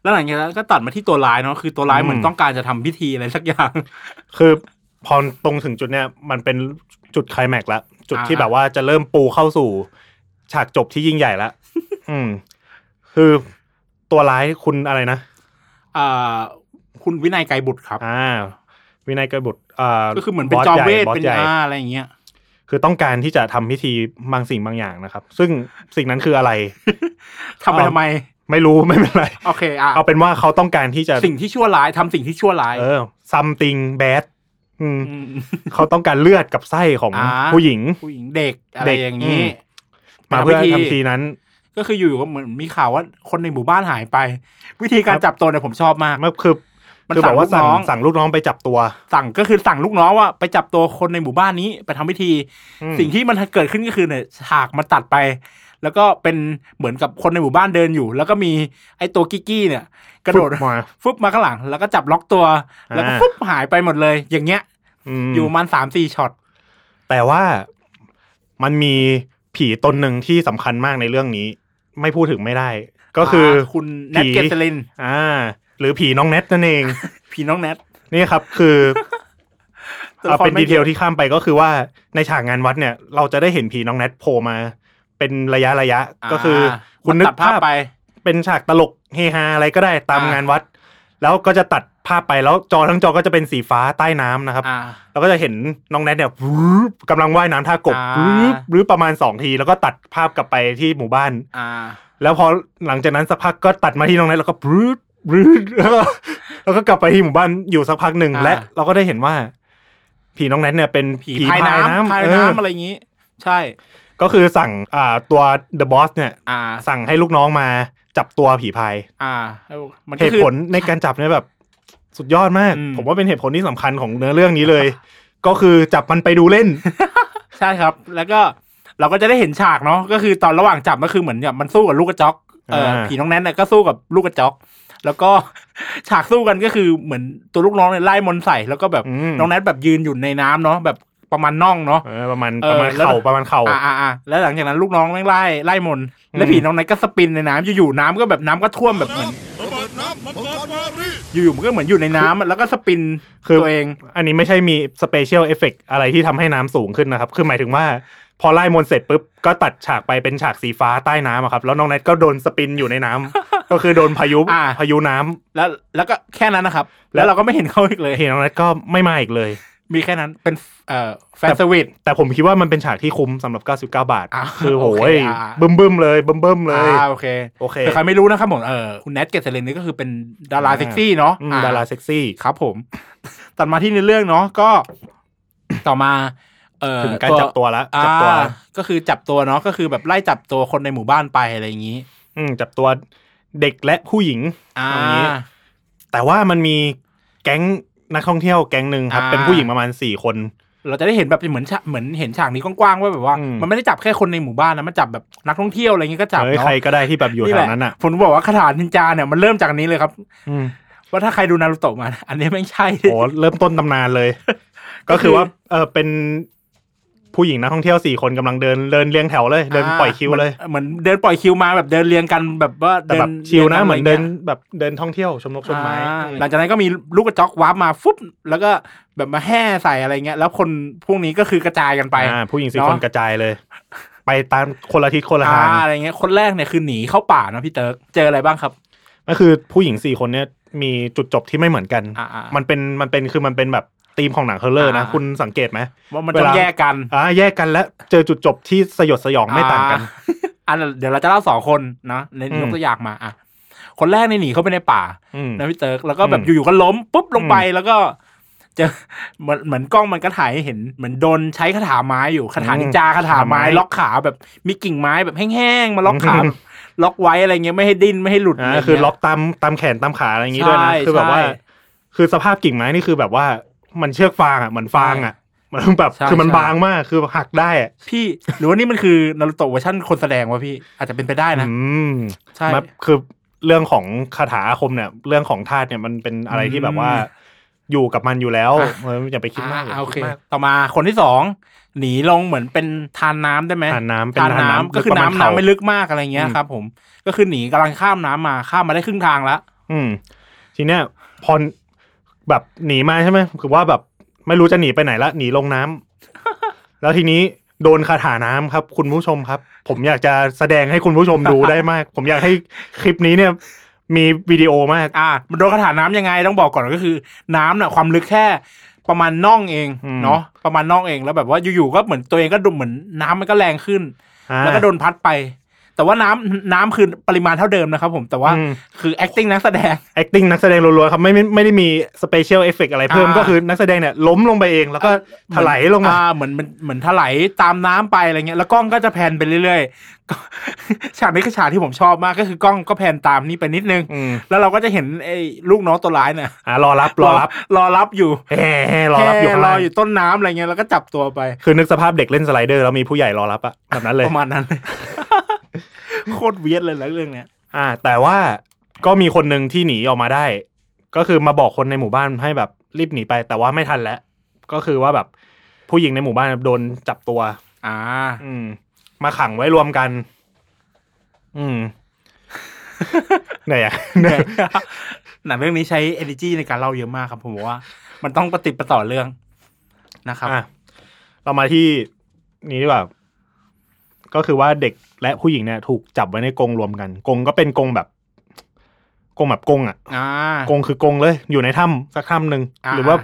แล้วหลังจากนั้นก็ตัดมาที่ตัวร้ายเนาะคือตัวร้ายเหมือน
อืม
ต้องการจะทำพิธีอะไรสักอย่าง
คือพอตรงถึงจุดเนี้ยมันเป็นจุดไคลแม็กซ์ละจุดที่
อ่า
แบบว่าจะเริ่มปูเข้าสู่ ฉากจบที่ยิ่งใหญ่ละอืม คือตัวร้ายคุณอะไรนะ
อ่าคุณวินัยไกรบุตรครับ
อ่า วินัยกบุตรอ่า
ก็คือเหมือนเป็น
บส
จอม
ใญ่
เวท
บส
เป็น
ใหญ่
อาอะไรอย่างเงี้ย
คือต้องการที่จะทำพิธีบางสิ่งบางอย่างนะครับ ซึ่งสิ่งนั้นคืออะไร
ทำไป
เอา
ทำไม
ไม่รู้ไม่เป็นไร
โอเคอ่ะ
เอาเป็นว่าเขาต้องการที่จะ
สิ่งที่ชั่วร้ายทำสิ่งที่ชั่วร้าย
เออ something bad อืม
ม
[laughs] เขาต้องการเลือดกับไส้ของ
อ่า
ผู้หญิง
ผู้หญิงเด็กอะไร
เด็ก
อย่างนี้
อื มาเพื่อทำทีนั้น
ก็คืออยู่ๆก็เหมือนมีข่าวว่าคนในหมู่บ้านหายไป วิธีการ
ครับ
จับตัวเนี่ยผมชอบมาก
มันคือ
มัน
คือบอกว่าสั่งสั่
สั่งลูกน้อง
งลูกน้องไปจับตัว
สั่งก็คือสั่งลูกน้องว่าไปจับตัวคนในหมู่บ้านนี้ไปทำพิธี
อืม
สิ่งที่มันเกิดขึ้นก็คือเนี่ยฉากมันตัดไป แล้วก็เป็นเหมือนกับคนในหมู่บ้านเดินอยู่ แล้วก็มีไอ้ตัวกิ๊กกี้เนี่ย กระโดด
ฟึบมา
ฟึบมาข้างหลัง แล้วก็จับล็อกตัว แล้วก็
อ่า
ฟึบหายไปหมดเลย อย่างเงี้ย
ม
อยู่ประมันสามสี่ช็อต
แต่ว่ามันมีผีตนหนึ่งที่สำคัญมากในเรื่องนี้ ไม่พูดถึงไม่ได้ ก็คืออา
คุณแนท
ผี
เกสลิน
อ่า หรือผีน้องแนทนั่นเอง
[laughs] ผีน้องแนท
นี่ครับคือ
ตัว
เอา
ละคร
เป็น
ไม่
ดีเท
เย
ล
อะ
ที่ข้ามไปก็คือว่าในฉากงานวัดเนี่ย เราจะได้เห็นผีน้องแนทโผล่มา เป็นระยะระยะก็คืออคุณนึ
ตั
ก
ดภา
ภา
พ
พ
ไป
เป็นฉากตลกเฮฮาอะไรก็ได้ตาม
อ่าง
งานวัด แล้วก็จะตัดภาพไปแล้วจอทั้งจอก็จะเป็นสีฟ้าใต้น้ำนะครับ
อ่า
เราก็จะเห็นน้องแนทเนี่ยวืบกำลังว่ายน้ำท่ากบ
อ่า
วืบหรือประมาณสองที แล้วก็ตัดภาพกลับไปที่หมู่บ้าน
อ่า
แล้วพอหลังจากนั้นสักพักก็ตัดมาที่น้องแนทแล้วก็วืบวืบ [laughs] แล้วก็แล้วก็กลับไปที่หมู่บ้านอยู่สักพักหนึ่ง
อ่า
และ เราก็ได้เห็นว่า ผีน้องแนทเนี่ยเป็น
ผีพายน้ำพาย
เออ
น้ำอะไรอย่างงี้ ใช่
ก็คือสั่งอ่าตัวเดอะบอสเนี่ย
อ่า
สั่งให้ลูกน้องมาจับตัวผีพาย
อ่าแล้วมัน
เห
ก็
ตุ
คือ [laughs]
ผลในการจับเนี่ยแบบ สุดยอดมาก
อืม
ผมว่าเป็นเหตุผลที่สำคัญของเนื้อเรื่องนี้
[laughs]
เลย ก็คือจับมันไปดูเล่น
ใช่ครับ แล้วก็เราก็จะได้เห็นฉากเนาะ ก็คือตอนระหว่างจับก็คือเหมือนแบบมันสู้กับลูกกระจอกเอออา ผีน้องแนนเนี่ยก็สู้กับลูกกระจอก แล้วก็ [laughs] ฉากสู้กันก็คือเหมือนตัวลูกน้องเนี่ยไล่มนต์ใส่แล้วก็แบบ
ม
น้องแนทแบบยืนอยู่ในน้ำเนาะแบบประมาณน่องเนาะ
เออประมาณ
เออ
ประมาณ
แล้ว
เข่าประมาณเข่า
อ่าอ่าอ่าแล้วหลังจากนั้นลูกน้องแม่งไล่ไล่มนต์แล้ว
อืม
ผีน้องแนทก็สปินในน้ำอยู่ๆน้ำก็แบบน้ำก็ท่วมแบบเหมือน
ระเบิดน้ำมังกรมารี
อยู่ๆมันก็เหมือนอยู่ในน้ำอะแล้วก็สปิน
คือ
ตัวเอง
อันนี้ไม่ใช่มีสเปเชียลเอฟเฟกอะไรที่ทำให้น้ำสูงขึ้นนะครับ คือหมายถึงว่า พอไล่มนต์เสร็จปุ๊บ ก็ตัดฉากไปเป็นฉากสีฟ้าใต้น้ำอะครับ แล้วน้องแนทก็โดนสปินอยู่ในน้ำ
[laughs]
ก็คือโดนพายุ
อ่า
พายุน้ำ
แล้วแล้วก็แค่นั้นนะครับ
แล้
แล้ว วเราก็ไม่เห็นเขาอีกเลย
เห็นน้องแนทก็ไม่มาอีกเลย
มีแค่นั้นเป็นเอ่อแฟนสวิต
แต่ผมคิดว่ามันเป็นฉากที่คุ้มสำหรับ 99 บาท
อ่า
คือโห
โอเค
ย
อ่า
บึ้มบึ้มๆเลยบึ้มบึ้มๆเลย
อ่าโอเค
โอเค
แต่ใครไม่รู้นะครับผมเออคุณแนทเกษเรนนี่ก็คือเป็นดารา
อ่า
เซ็กซี่เนาะ
อืม
อ่
ดาราเซ็กซี่
ครับผม [laughs] ตัดมาที่ในเรื่องเนาะก็ ต่อมา เอ่อ
ถึงการจับตัวละ
อ่า
จับตัว
ก็คือจับตัวเนาะก็คือแบบไล่จับตัวคนในหมู่บ้านไปอะไรอย่างนี้
อืมจับตัวเด็กและผู้หญิง
อ่า
เอางี้ แต่ว่ามันมีแก๊งนักท่องเที่ยวแก๊งหนึ่งครับ
อ่า
เป็นผู้หญิงประมาณสี่คน
เราจะได้เห็นแบบเหมือนฉะเหมือนเห็นฉากนี้กว้างๆว่าแบบว่า
อืม
มันไม่ได้จับแค่คนในหมู่บ้านนะมันจับแบบนักท่องเที่ยวอะไรอย่างงี้ก็จับ
เอ้ย
เนาะ
ใครก็ได้ที่แบบอยู่
นี่
แถ
แห
ว
ละ
นั้นอ่ะ
ผมบอกว่าคาถานินจาเนี่ยมันเริ่มจากนี้เลยครับ
อืม
ว่าถ้าใครดูนารูโตะมา อันนี้ไม่งใช่
โอ้เริ่มต้นตำนานเลย ก็คือว่าเออเป็นผู้หญิงนักท่องเที่ยวสี่คนกำลังเดินเดินเรียงแถวเลย เดินปล่อยคิวเลย
เหมือนเดินปล่อยคิวมาแบบเดินเรียงกันแบบว่า
แต่
เดิ
แบบชิลนะเหมือนเดิน
รียงกั
แบบเดินท่องเที่ยวชมนกชมไม้
อ่าหลังจากนั้นก็มีลูกกระจอกวาร์ปมาฟุ๊บแล้วก็แบบมาแห่ใส่อะไรเงี้ยแล้วคนพวกนี้ก็คือกระจายกันไป
อ่าผู้หญิงสี่
เนอะ
คนกระจายเลย ไปตามคนละทิศคนละทาง
อ่าอะไรเงี้ยคนแรกเนี่ยคือหนีเข้าป่านะพี่เติร์กเจออะไรบ้างครับ
ก็คือผู้หญิงสี่คนเนี่ยมีจุดจบที่ไม่เหมือนกัน
อ่าๆ
มันเป็นมันเป็นคือมันเป็นแบบธีมของหนังเฮอร์เลอร์นะ
อ่า
คุณสังเกตไหม
ว่ามัน
เว
ต้อ
ลา
งแยกกัน
อ่าแยกกันแล้วเจอจุดจบที่สยดสยองไม่ต่างกัน
อ่อันเดี๋ยวเราจะ [laughs] เล่าสองคนนะใน
อืม
ยกตัวอย่างมาอ่ะคนแรกเนี่ยหนีเข้าไปในป่า
อืม
นะพี่เติร์กแล้วก็แบบ
อืม
อยู่ๆก็ล้มปุ๊บลงไปแล้วก็ [laughs] จะเหมือนเหมือนกล้องมันก็ถ่ายให้เห็นเหมือนโดนใช้คาถาไม้อยู่คาถานินจาคาถาไม้
คาถาไม้
ล็อกขาแบบมีกิ่งไม้แบบแห้งๆมาล็อกขา
อืม
แบบล็อกไว้อะไรเงี้ยไม่ให้ดิ้นไม่ให้หลุ
อ่า
ดะไรเงี้ย
คือล็อกตามตามแขนตามขาอะไรอย่างงี้ด้วยนะ
ใช่
คือแบบว่า
ใช่
คือสภาพกิ่งไม้นี่คือแบบว่ามันเชือกฟางอ่ะเหมือนฟางอ่ะ มันแบบ
ใช่
คือมัน
ใช่
บางมากคือหักได้อะ
พี่หรือว่านี่มันคือนารูโตะเวอร์ชันคนแสดงวะพี่อาจจะเป็นไปได้นะ
อืม
ใช่
มันคือเรื่องของคาถาอาคมเนี่ย เรื่องของธาตุเนี่ยมันเป็นอะไรที่แบบว่า
อืม
อยู่กับมันอยู่แล้ว
อ่ะ
เอออย่าไปคิดมาก
อ่า
ย่า
โอ
ไป
เค
ดมาก
ต่อมาคนที่สองหนีลงเหมือนเป็นทานน้ำได้ไหม
ทานน้ำเป็นทานน้ำ
ก็คือน้ำ
ประาณ
น้ำ
เข่า
ไม่ลึกมากอะไรเงี้ย
อืม
ครับผมก็คือหนีกำลังข้ามน้ำมาข้ามมาได้ครึ่งทางละ
อืม ทีเนี้ยพอแบบหนีมาใช่ไหมคือว่าแบบไม่รู้จะหนีไปไหนละหนีลงน้ำ [laughs] แล้วทีนี้โดนคาถาน้ำครับ คุณผู้ชมครับ ผมอยากจะแสดงให้คุณผู้ชมดูได้มาก [laughs] ผมอยากให้คลิปนี้เนี่ย มีวิดีโอมาก
อ่ามันโดนกระถาน้ำยังไงต้องบอกก่อนก็คือ น้ำน่ะความลึกแค่ประมาณน่องเอง
อืม
เนาะประมาณน่องเองแล้วแบบว่าอยู่ๆก็เหมือนตัวเองก็ดุเหมือนน้ำมันก็แรงขึ้น
อ่า
แล้วก็โดนพัดไป แต่ว่าน้ำน้ำคือปริมาณเท่าเดิมนะครับผมแต่ว่า
อืม
คือ acting นักแสดง
acting นักแสดงล้วนๆครับ ไม่ไม่ไม่ได้มี special effect อะไรเพิ่ม
อ่า
ก็คือนักแสดงเนี่ยล้มลงไปเอง แล้วก็ถลายลงมา
อ่เหมือนเหมือนเหมือนถลายตามน้ำไปอะไรเงี้ยแล้วกล้องก็จะแพนไปเรื่อยๆก็ [laughs] ฉากนี้คือฉากที่ผมชอบมากก็คือกล้องก็แพนตามนี่ไปนิดนึง
อืม
แล้วเราก็จะเห็นไอ้ลูกน้องตัวร้ายเนี่ย
อ่ารอรับรอรับ
รอรับอยู่
แฮ่รอรับอยู่ข้าง
รอ
ล่าง
อยู่ต้นน้ำอะไรเงี้ยแล้วก็จับตัวไป
คือนึกสภาพเด็กเล่นสไลเดอร์แล้วมีผู้ใหญ่รอรับอะแบบนั้นเลย
ประมาณนั้นเลย [laughs] โคตรเวียดเลยแล้วเรื่องเนี้ย
อ่าแต่ว่าก็มีคนหนึ่งที่หนีออกมาได้ ก็คือมาบอกคนในหมู่บ้านให้แบบรีบหนีไป แต่ว่าไม่ทันแล้ว ก็คือว่าแบบผู้หญิงในหมู่บ้านโดนจับตัว
อ่า
อืม มาขังไว้รวมกัน อืม เหนื่อยอะเหนื่อย
[laughs] หนังเรื่องนี้ใช้ energy ในการเล่าเยอะมากครับผมบอกว่า มันต้องประติดประต่อเรื่องนะครับ
อ่ะเรามาที่นี้ดีกว่าก็คือว่าเด็กและผู้หญิงเนี่ย ถูกจับไว้ในกรงรวมกันกรงก็เป็นกรงแบบกรงแบบกรงอ่ะ
อ่าก
รงคือกรงเลย อยู่ในถ้ำสักถ้ำหนึ่งหรือว่า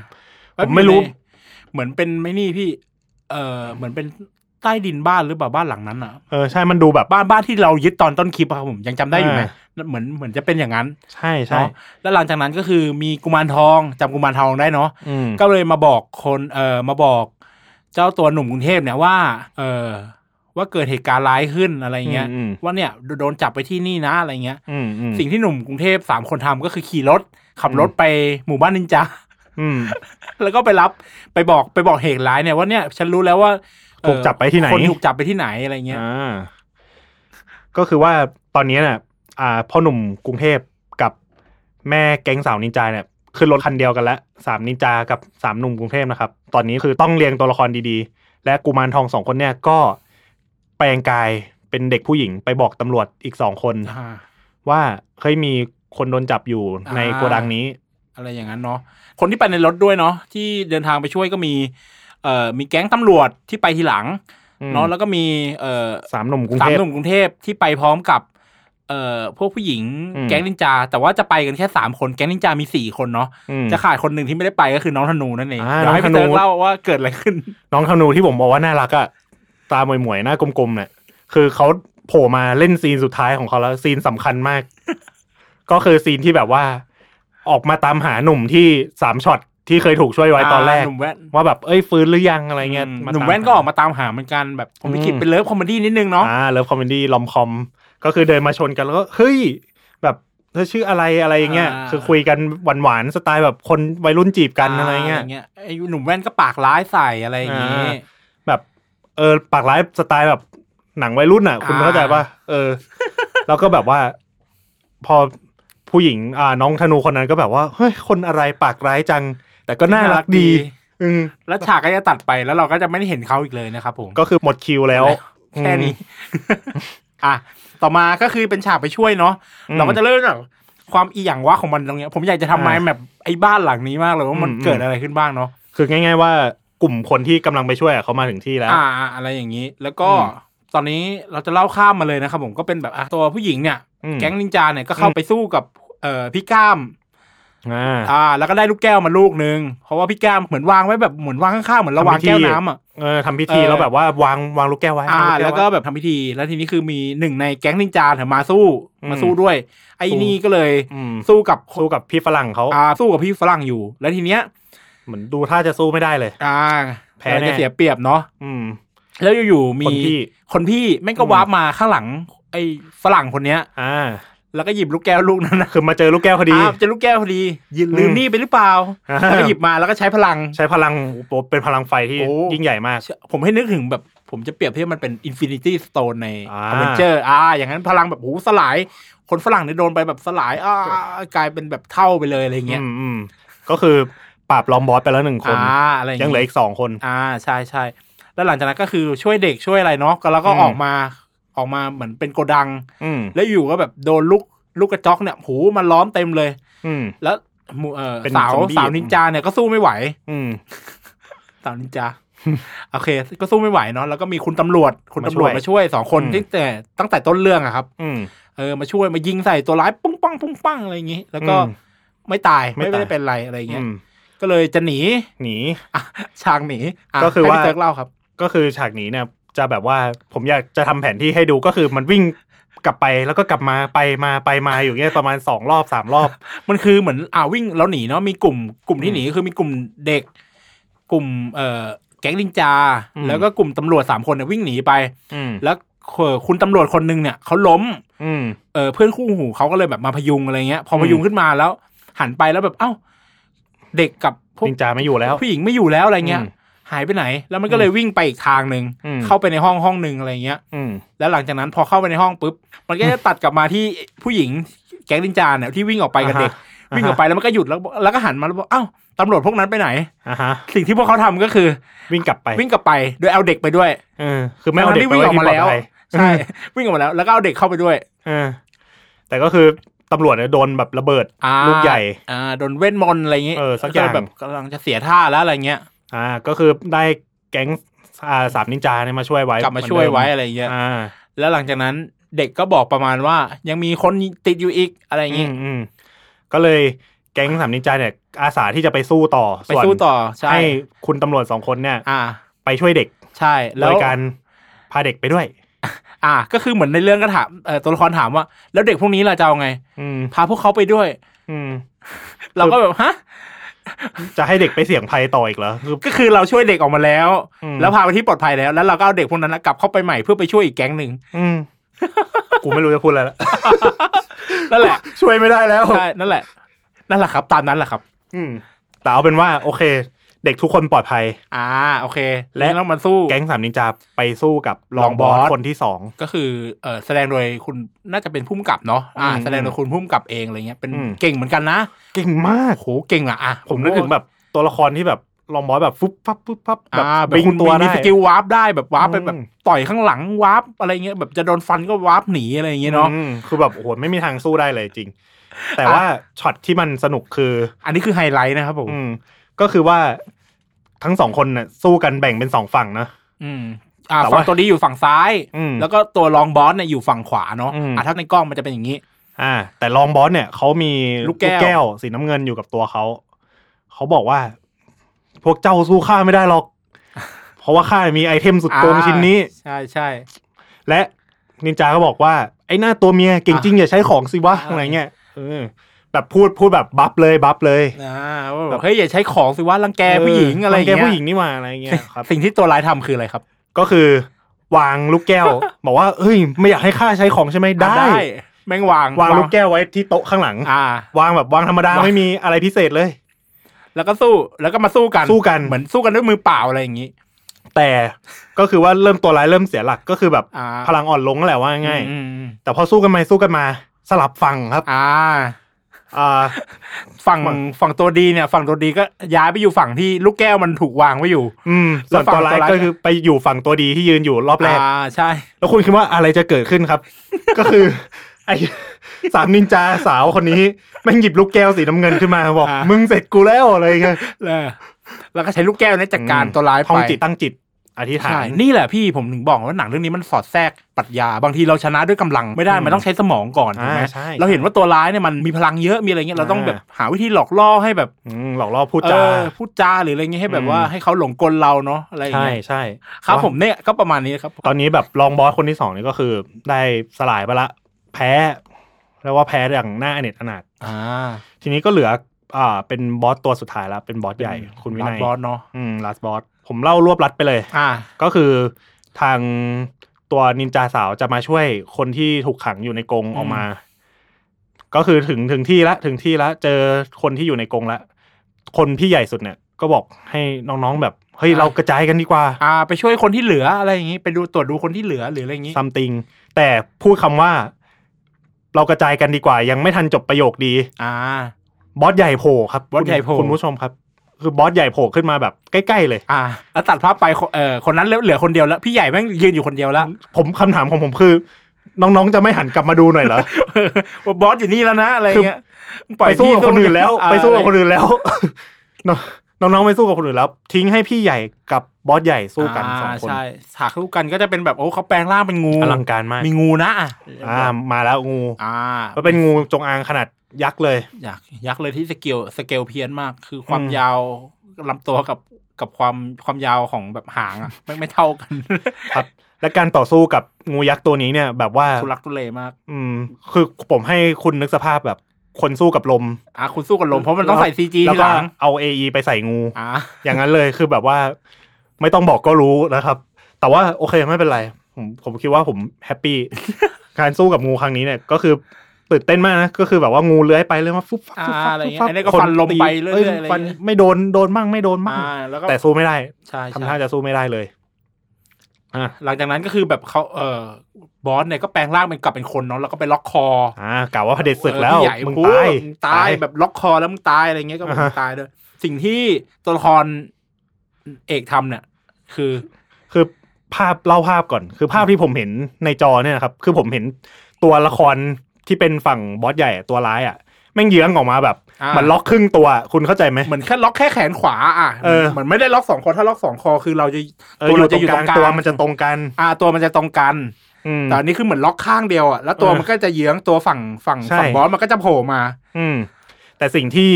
เอ้ย
ผมไม่รู้
อยู่ในเหมือนเป็นไม่นี่พี่ เออเหมือนเป็นใต้ดินบ้านหรือเปล่าบ้านหลังนั้นอ่ะ
เออใช่มันดูแบบ
บ้านบ้านที่เรายึดตอนต้นคลิปอะครับผมยังจำได้อยู่ไหม
อ่
เหมือนเหมือนจะเป็นอย่างนั้น
ใช่ใช่
เนาะแล้วหลังจากนั้นก็คือมีกุมารทองจำกุมารทองได้เนาะ
อืม
ก็เลยมาบอกคนเออมาบอก เจ้าตัวหนุ่มกรุงเทพเนี่ยว่า เออว่าเกิดเหตุการณ์ร้ายขึ้นอะไรเงี้ย
อืม
ว่าเนี่ยโดนจับไปที่นี่นะอะไรเงี้ย
อืมอืม
สิ่งที่หนุ่มกรุงเทพสามคนทำก็คือขี่รถ ขับรถไปหมู่บ้านนินจา
อืม
แล้วก็ไปรับไปบอกไปบอกเหตุร้ายเนี่ยว่าเนี่ยฉันรู้แล้วว่าเอ่อ
ถูกจับไปที่ไหน
คนถูกจับไปที่ไหนอะไรเงี้ย
อ่าก็คือว่าตอนนี้เนี่ยอ่าพ่อหนุ่มกรุงเทพกับแม่แก๊งสาวนินจาเนี่ยขึ้นรถคันเดียวกันแล้วสามนินจากับสามหนุ่มกรุงเทพนะครับ ตอนนี้คือต้องเรียงตัวละครดีๆ และกุมารทองสองคนเนี่ยก็แปลงกายเป็นเด็กผู้หญิงไปบอกตำรวจอีกสองคน
อ่า
ว่าเคยมีคนโดนจับอยู่ใน
อ่า
โกดังนี้
อะไรอย่างนั้นเนาะคนที่ไปในรถด้วยเนาะที่เดินทางไปช่วยก็มีเอ่อมีแก๊งตำรวจที่ไปทีหลัง
อืม
เนาะแล้วก็มีเอ่อ
สามหนุ่มกรุง
สาม
เทพ
หนุ่มกรุงเทพที่ไปพร้อมกับเอ่อพวกผู้หญิง
อืม
แก๊งนินจา แต่ว่าจะไปกันแค่สามคนแก๊งนินจามีสี่คนเนาะ
อืม
จะขาดคนหนึ่งที่ไม่ได้ไปก็คือน้องธนูนั่นเอง
อ่า
เดี๋ยวให้พี่
น้องธนู
เติร์กเล่าว่าเกิดอะไรขึ้น
น้องธนูที่ผมบอกว่าน่ารักอะตาหมวยๆหน้ากลมๆเนี่ยคือเขาโผล่มาเล่นซีนสุดท้ายของเขาแล้วซีนสำคัญมาก ก็คือซีนที่แบบว่า ออกมาตามหาหนุ่มที่สามช็อตที่เคยถูกช่วยไว้ตอนแรก
หนุ่มแว่น
ว่าแบบเอ้ยฟื้นหรือยังอะไรเงี้ย
อืมา หนุ่ม
ตา
แว่นก็ออกมาตามหาเหมือนกันแบบผมลิขิตเป็นเลิฟคอมเมดี้นิดนึงเนาะ
อ่าเลิฟคอมเมดี้ลอมคอม ก็คือเดินมาชนกันแล้วก็เฮ้ยแบบเธอชื่ออะไรอะไรอย่างเงี้ยคือคุยกันหวานๆสไตล์แบบคนวัยรุ่นจีบกันอะไรเงี้ย
ยไอ้หนุ่มแว่นก็ปากร้ายใส่อะไรอย่างงี้
อ่า แบบเออปากร้ายสไตล์แบบหนังวัยรุ่นอ่ะ คุณ
อ่า
เข้าใจป่ะเอ
[laughs]
อ แล้วก็แบบว่า พอผู้หญิงอ่าน้องธนูคนนั้นก็แบบว่าเฮ้ยคนอะไรปากร้ายจัง แต่ก็น่ารักดี อืม
แล้วฉากก็จะตัดไปแล้วเราก็จะไม่ได้เห็นเขาอีกเลยนะครับผม
ก็คือหมดคิวแล้ว
แค่นี้ อ่ะต่อมาก็คือเป็นฉากไปช่วยเนาะ
อืม
เราก็จะเริ่มจากความอีหยังวะของมันตรงเนี้ย ผมอยากจะทำไม้
อ่า
แบบไอ้บ้านหลังนี้มากเลยว่ามัน
อืม
เกิดอะไรขึ้นบ้างเนาะ
คือง่าย ๆ ว่ากลุ่มคนที่กำลังไปช่วยอะเขามาถึงที่แล้ว
อ่าอ่าอะไรอย่างนี้ แล้วก็
อืม
ตอนนี้เราจะเล่าข้ามมาเลยนะครับผมก็เป็นแบบอ่ะตัวผู้หญิงเนี่ย
อืม
แก๊งนินจาเนี่ยก็เข้าไปสู้กับเอ่อพี่ก้าม
อ่า
อ่า แล้วก็ได้ลูกแก้วมาลูกนึง เพราะว่าพี่ก้ามเหมือนวางไว้แบบเหมือนวางข้างๆเหมือนเราวาง
ทำพิธี
แก้วน้ำอ่ะ
เออทำพิธี
เออ
แล้วแบบว่าวางวางลูกแก้วไว้
อ่า
า
ว
งก้ไ
แล้วก็แบบทำพิธี แล้วทีนี้คือมีหนึ่งในแก๊งนินจาเถอะมาสู้
อืม
มาสู้ด้วย ไอ้
สู้
นี่ก็เลย
อืม
สู้กับ
สู้กับพี่ฝรั่งเขา
อ่าสู้กับพี่ฝรั่งอยู่ แล้วทีเนี้ย
เหมือนดูท่าจะสู้ไม่ได้เลย
อ่า
แพ้
แพ้
แน่
จะเสียเปรียบเนาะ
อืม
แล้วอยู่ๆมี
คนพี่
คนพี่แม่งก็วาร์ปมาข้างหลัง ไอ้ฝรั่งคนเนี้ย
อ่า
แล้วก็หยิบลูกแก้วลูกนั้นนะ
คือมาเจอลูกแก้วพอดี
อ้าวเจะลูกแก้วพอดียินลืม
อืม
นี่ไปหรือเปล่า
อ่า
แล้วก็หยิบมาแล้วก็ใช้พลัง
ใช้พลังโอ้โหเป็นพลังไฟที่
โอ้
ยิ่งใหญ่มาก
ผมให้นึกถึงแบบผมจะเปรียบเทียบมันเป็นอินฟินิตี้สโตนใน
อ่า
อเวนเจอร์อ่า อย่างนั้นพลังแบบหูสลาย คนฝรั่งเนี่ยโดนไปแบบสลายอ่ากลายเป็นแบบเท่าไปเลยอะไรเงี้ย
อืมอืมก็คือปราบล้อมบอสไปแล้วหนึ่งคน
อ่าอะไรอย่าง
ยังเหลือ
เงี้
อี
ย
กสองคน
อ่าใช่ใช่แล้วหลังจากนั้นก็คือช่วยเด็กช่วยอะไรเนาะก็แล้วก็
อืม
ออกมาออกมาเหมือนเป็นโกดัง
อืม
แล้วอยู่ก็แบบโดนลูกลูกกระจอกเนี่ยหูมันล้อมเต็มเลย
อืม
แล้วหมู่เอ่อ
เป็น
สาว
ซอมบี้
สาวนินจาเนี่ยก็สู้ไม่ไหว
อืม
สาวนินจา โอเค ก็สู้ไม่ไหวเนาะแล้วก็มีคุณตำรวจ คุณตำรวจ
มาช่วย
มาช่วยสองคน
อืม
ที่แต่ตั้งแต่ต้นเรื่องอะครับ
อืม
เออมาช่วยมายิงใส่ตัวร้ายปุ้งปังปุ้งปังอะไรอย่างงี้ แล้วก็
อืม
ไม่ตาย
ไม่
ไม่
ตาย
ได้เป็นไรอะไรอย่างเงี้ย
อืม
ก็เลยจะหนี [laughs]
หนี
อ่ะฉากหนีะ
ก็คือ
ให้
ว่า
พี่เติร์กเล่าครับ
ก็คือฉากนี้เนี่ยจะแบบว่าผมอยากจะทำแผนที่ให้ดูก็คือมันวิ่งกลับไปแล้วก็กลับมาไปมาไปมาอยู่เงี้ยประมาณสองรอบสามรอบ
มันคือเหมือนอ่าวิ่งแล้วหนีเนาะมีกลุ่มกลุ่มที่หนีคือมีกลุ่มเด็ก กลุ่มเอ่อแก๊งนินจา
อืม
แล้วก็กลุ่มตำรวจสามคนเนี่ยวิ่งหนีไป
อืม
แล้วเอ่อคุณตำรวจคนหนึงเนี่ยเขาล้ม
อืม
เออเพื่อนคู่หูเขาก็เลยแบบมาพยุงอะไรเงี้ย พอพยุงขึ้นมาแล้ว หันไปแล้วแบบเอ้า เด็กกับพวก
นินจาไม่อยู่แล้ว
ผู้หญิงไม่อยู่แล้วอะไรเงี้ย
อืม
หายไปไหน แล้วมันก็เลยวิ่งไปอีกทางหนึ่ง
อืม
เข้าไปในห้องห้องหนึ่งอะไรเงี้ย
อืม
แล้วหลังจากนั้นพอเข้าไปในห้องปุ๊บมันก็จะตัดกลับมาที่ผู้หญิงแก๊งดินจาเนี่ยที่วิ่งออกไปกับเด็ก
อ่าฮะ
วิ่งออกไปแล้วมันก็หยุดแล้วแล้วก็หันมาแล้วบอกเอ้าตำรวจพวกนั้นไปไหน
อ่ะฮะ
สิ่งที่พวกเขาทำก็คือ
วิ่งกลับไป
วิ่งกลับไปโดยเอาเด็กไปด้วย
เออคือไม่เอาเด็ก
ที่
ไป
วิ่ง
ไว้ที่
ออกมา
ปลอ
แล้ว
ดภัย
ใช่วิ่งออกมาแล้วแล้วก็เอาเด็กเข้าไปด้วย
เออแต่ก็คือตำรวจเนี่ยโดนแบบระเบิด
อ่า
ลูกใหญ่
อ่าโดนเวทมนต์อะไรอย่างงี้
เออสักอย่าง
เลแบบกำลังจะเสียท่าแล้วอะไรเงี้ย
อ่า ก็คือได้แก๊งอ่าสามนินจาเนี่ยมาช่วยไว้
กลับมาช่วยไว้
เหมือน
อะไรเงี้
เดิ
ย
มอ่า
แล้วหลังจากนั้นเด็กก็บอกประมาณว่า ยังมีคนติดอยู่อีกอะไร
อื
เงี้
ม
ย
อืมก็เลยแก๊งสามนินจาเนี่ย อาสาที่จะไปสู้ต่อ
ไปสู้ต่อใช่
ให้คุณตำรวจสองคนเนี่ย
อ่า
ไปช่วยเด็ก
ใช่แล้
โด
วย
การพาเด็กไปด้วย
อ่า ก็คือเหมือนในเรื่องก็ถามเอ่อตัวละครถามว่า แล้วเด็กพวกนี้เราจะเอาไง
อืม
พาพวกเขาไปด้วย
อืม
เราก็แบบฮะ
จะให้เด็กไปเสี่ยงภัยต่ออีกเหรอคือ
ก็คือเราช่วยเด็กออกมาแล้ว
อืม
แล้วพาไปที่ปลอดภัยแล้ว แล้วเราก็เอาเด็กพวกนั้นนะกลับเข้าไปใหม่เพื่อไปช่วยอีกแก๊งหนึ่ง
อืม กูไม่รู้จะพูดอะไรละ
นั่นแหละ
[laughs] ช่วยไม่ได้แล้ว
ใช่นั่นแหละ นั่นแหละครับ ตามนั้นแหละครับ
อืม แต่เอาเป็นว่า โอเค เด็กทุกคนปลอดภัย
อ่าโอเค
และ
แล้วมันสู้
แก๊งสามนินจาไปสู้กับร
ร
อ
อง ง
บบ อ
อ
ส
ส
คนที่สอง
ก็คือเออแสดงโดยคุณน่าจะเป็นผู้กำกับเนาะอ่า
อืม
แสดงโดยคุณผู้กำกับเองอะไรเงี้ยเป็น
อืม
เก่งเหมือนกันนะ
เก่งมาก
โหเก่งอะอ่ะ
ผมนึกถึงแบบตัวละครที่แบบรองบอสแบบฟุบฟับฟุบฟับแบบ
อ่าแบบ
บิง
คุณ
ตัว
มี
ได้
สกิลวาร์ปได้แบบวาร์ปไป
อืม
แบบต่อยข้างหลังวาร์ปอะไรเงี้ยแบบจะโดนฟันก็วาร์ปหนีอะไรอย่างเงี้ยเนาะ
อืมคือแบบโอ้โหไม่มีทางสู้ได้เลยจริง แต่ว่าช็อตที่มันสนุกคือ
อันนี้คือไฮไลท์นะครับผม
อืมก็คือว่าทั้งสองคนน่ะสู้กันแบ่งเป็นสองฝั่งนะ
อืมอ่า
แต่ว่า
ฝั่งตัวนี้อยู่ฝั่งซ้าย
อืม
แล้วก็ตัวรองบอสเนี่ยอยู่ฝั่งขวาเนาะ
อืม
อ่ะถ้าในกล้องมันจะเป็นอย่างนี้
อ่า แต่รองบอสเนี่ยเขามี
ลูกแก้ว
สีน้ำเงินอยู่กับตัวเขา เขาบอกว่า พวกเจ้าสู้ข้าไม่ได้หรอก เพราะว่าข้ามีไอเทมสุดโกง
อ่า
ชิ้นนี้
ใช่ใช่
และนินจาก็บอกว่า ไอ้หน้าตัวเมียเก่งจริงอย่าใช้ของสิวะ
อ่า
อะไรเงี้ยเออแบบพูดพูดแบบบัฟเลยบัฟเลย
อ่าว่าแบบเฮ้ยอย่าใช้ของสิว่ารังแกผู้หญิงอะไรอย่าง
แก
เงี้ย
ผู้หญิงนี่มาอะไรเงี้ยครับ
สิ่งที่ตัวร้ายทำคืออะไรครับ
ก็คือ วางลูกแก้ว
[laughs]
บอกว่าเอ้ย ไม่อยากให้ข้าใช้ของใช่ไหมได้
แม่งวาง
วางลูกแก้วไว้ที่โต๊ะข้างหลัง
อ่า
วางแบบวางธรรมดา
วาง
ไม่มีอะไรพิเศษเลย
แล้วก็สู้แล้วก็มาสู้กัน
สู้กัน
เหมือนสู้กันด้วยมือเปล่าอะไรอย่างนี้
แต่ก็คือว่าเริ่มตัวร้ายเริ่มเสียหลักก็คือแบบ
อ่า
พลังอ่อนลงแหละว่าง่าย
อืมอืม
แต่พอสู้กันไปสู้กันมา สลับฝั่งครับ
อ่า
อ่า
ฝั่ง
ฝั่ง
ฝั่งตัวดีเนี่ย ฝั่งตัวดีก็ย้ายไปอยู่ฝั่งที่ลูกแก้วมันถูกวางไว้อยู่
อืมส่วน
แล้วฝั่ง
ตัวร้า
ตั
ยว
ร้าย
ก็คือไปอยู่ฝั่งตัวดีที่ยืนอยู่รอบแรก
อ่าใช่
แล้วคุณคิดว่าอะไรจะเกิดขึ้นครับ [laughs] ก็คือ ไอ [laughs] สามนินจาสาวคนนี้แมันหยิบลูกแก้วสีน้ำเงินขึ้นมาบอก
อ่ามึ
มึงเสร็จกูแล้วอะไรเงี้ย
แล้วแล้วก็ใช้ลูกแก้วเนี่ยจัดการ
อืม
ตัวร้าย
ท่อง
ไป
จิตตั้งจิตอธิษฐา
ใช่
น
นี่แหละพี่ผมถึงบอกว่าหนังเรื่องนี้มันสอดแทรกปรัชญาบางทีเราชนะด้วยกำลังไม่ได้
อืม
มันต้องใช้สมองก่อนถูกไหม
อ่าใช่
เราเห็นว่าตัวร้ายเนี่ยมันมีพลังเยอะมีอะไรเงี้ยเราต้อง
อ่า
แบบหาวิธีหลอกล่อให้แบบ
อืมหลอกล่อพูดจา
เออพูดจาหรืออะไรเงี้ยให้แบบว่า
อืม
ให้เขาหลงกลเราเนาะอะไรอย่าง
ใช่
เงี้ย
ใช่
ครับผมเนี่ยก็ประมาณนี้ครับ
ตอนนี้แบบรองบอสคนที่สองนี่ก็คือ ได้สลายไปละ แพ้ แล้วว่าแพ้อย่างหน้าอเนจอนาถ
อ่า
ทีนี้ก็เหลือ อ่า เป็นบอสตัวสุดท้ายแล้ว เป็นบอสใหญ่ คุณวินัย
บอสเนาะ
อืมลาสบอสผมเล่ารวบรัดไปเลย
อ่า
ก็คือทางตัวนินจาสาวจะมาช่วยคนที่ถูกขังอยู่ในกรง
อืม
ออกมา ก็คือถึงถึงที่ละถึงที่ละเจอคนที่อยู่ในกรงละคนพี่ใหญ่สุดเนี่ย ก็บอกให้น้องๆแบบ เฮ้ยเรากระจายกันดีกว่า
อ่า ไปช่วยคนที่เหลืออะไรอย่างงี้ไปดูตรวจดูคนที่เหลือหรืออะไรอย่างงี้
ซัมติงแต่พูดคำว่า เรากระจายกันดีกว่า ยังไม่ทันจบประโยคดี
อ่า
บอสใหญ่โผล่ครับ
บอสใหญ่
คุณคุ
โผล่
ณผู้ชมครับ คือบอสใหญ่โผล่ขึ้นมาแบบใกล้ๆเลย
อ่าแล้วตัดภาพไปคนเออคนนั้นเหลือคนเดียวแล้วพี่ใหญ่แม่งยืนอยู่คนเดียว [laughs] แล้ว
ผมคำถามของผมคือ น้องๆจะไม่หันกลับมาดูหน่อยเหรอ
ว่าบอสอยู่นี่แล้วนะอะไรเงี้ย
ไปสู้กับคนอื่นแล้ว
า
ไปสู้กับคนอื่นแล้วน้องน้องๆไปสู้กับคนอื่นแล้ว ทิ้งให้พี่ใหญ่กับบอสใหญ่สู้กันสองคน
ใช่ฉากสู้กันก็จะเป็นแบบโอ้เขาแปลงร่างเป็นงู
อลังการมาก
มีงูนะอ่ะ
อ่ามาแล้วงู
อ่า
ก็เป็นงูจงอางขนาดยักษ์เลย
อยากยักษ์เลยที่สเกลสเกลเพี้ยนมาก คือความ
อืม
ยาวลำตัวกับกับความความยาวของแบบหางอ่ะไม่ไม่เท่ากัน
ครับ และการต่อสู้กับงูยักษ์ตัวนี้เนี่ย แบบว่า
ทุลักทุเลมาก
อืม คือผมให้คุณนึกสภาพแบบ คนสู้กับลม
อ่ะคุณสู้กับลมเพราะมันต้องใส่ซีจี
แล้ว
ทีห
ก็
ลัง
เอาเอไปใส่งู
อ่า
อย่างนั้นเลยคือแบบว่า ไม่ต้องบอกก็รู้นะครับ แต่ว่าโอเคไม่เป็นไร ผมผมคิดว่าผมแฮปปี้ การสู้กับงูครั้งนี้เนี่ยก็คือตื่นเต้นมากนะก็คือแบบว่างูเลื้อยไปเรื่อยมาฟุบฟับ
อ่า
ฟุบฟับ
อะไรเงี้ย
ฟุบฟับ
อันนี้ก็
ค
ฟันลม
ตี
ไปเรื่อยๆอะไร
ฟัน
เงี้ย
ไม่โดนโดนมั่งไม่โดนมั่ง
อ่าแล้วก็
แต่สู้ไม่ได้
ใช่
ทำ
ใช่
ท่าจะสู้ไม่ได้เลยอ่า
หลังจากนั้นก็คือแบบเขาเออบอสเนี่ยก็แปลงร่างเป็นกลับเป็นคนเนาะแล้วก็ไปล็อกคอ
อ่ากล่าวว่าพระเผด็จศึกแล้ว
เออพี่ใหญ่
มึง
พูด
ตาย
มึงตายแบบล็อกคอแล้วมึงตายอะไรเงี้ยก็
อ่า
มึ
ฮะ
งตายด้วยสิ่งที่ตัวละครเอกทำเนี่ย คือ
คือภาพเล่าภาพก่อน คือภาพที่ผมเห็นในจอเนี่ยนะครับ คือผมเห็นตัวละครที่เป็นฝั่งบอสใหญ่อะตัวร้ายอ่ะแม่งเยื้องออกมาแบบ
า
เหมันล็อกครึ่งตัวคุณเข้าใจไหม
เหมือนแค่ล็อกแค่แขนขวา อ่ะ
เออ
เหมือนไม่ได้ล็อกสองคอถ้าล็อกสองคอคือเราจะ
เออ
ตัว
อ
เรา
ยู่ต
จะ
รงกลาง
อยู่ตรงกลาง
ตัวมันจะตรงกัน
อ่าตัวมันจะตรงกัน
อืม
แต่อันนี้คือเหมือนล็อกข้างเดียวอ่ะแล้วตัว
เออ
มันก็จะเยื้องตัวฝั่งฝั่ง
ใช่
ฝั่งบอสมันก็จะโผล่มา
อืมแต่สิ่งที่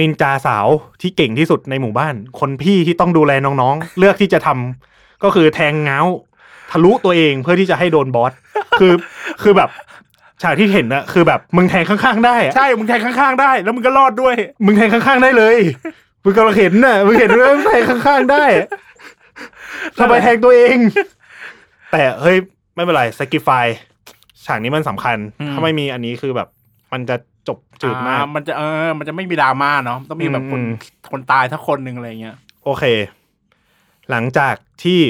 นินจาสาวที่เก่งที่สุดในหมู่บ้าน คนพี่ที่ต้องดูแลน้องๆ เลือกที่จะทำก็คือแทงเงาทะลุตัวเองเพื่อที่จะให้โดนบอสคือคือแบบฉากที่เห็นนะคือแบบมึงแทงข้างๆได้อะ
ใช่มึงแทงข้างๆได้ แล้วมึงก็รอดด้วย
มึงแทงข้างๆได้ [laughs] เลย มึงกำลังเห็นน่ะ มึงเห็นเรื่องแทงข้างๆได้ [laughs] ทำไมแทงตัวเอง [laughs] แต่เฮ้ย ไม่เป็นไรสกิฟายฉากนี้มันสำคัญ
อืม
ถ้าไม่มีอันนี้คือแบบ มันจะจบจืดมาก
อ่มันจะเออ มันจะไม่มีดราม่าเนาะ ต้องมีแบบคน
อืม
คนตายทั้งคนหนึ่งอะไรเงี้ย
โอเค หลังจากที่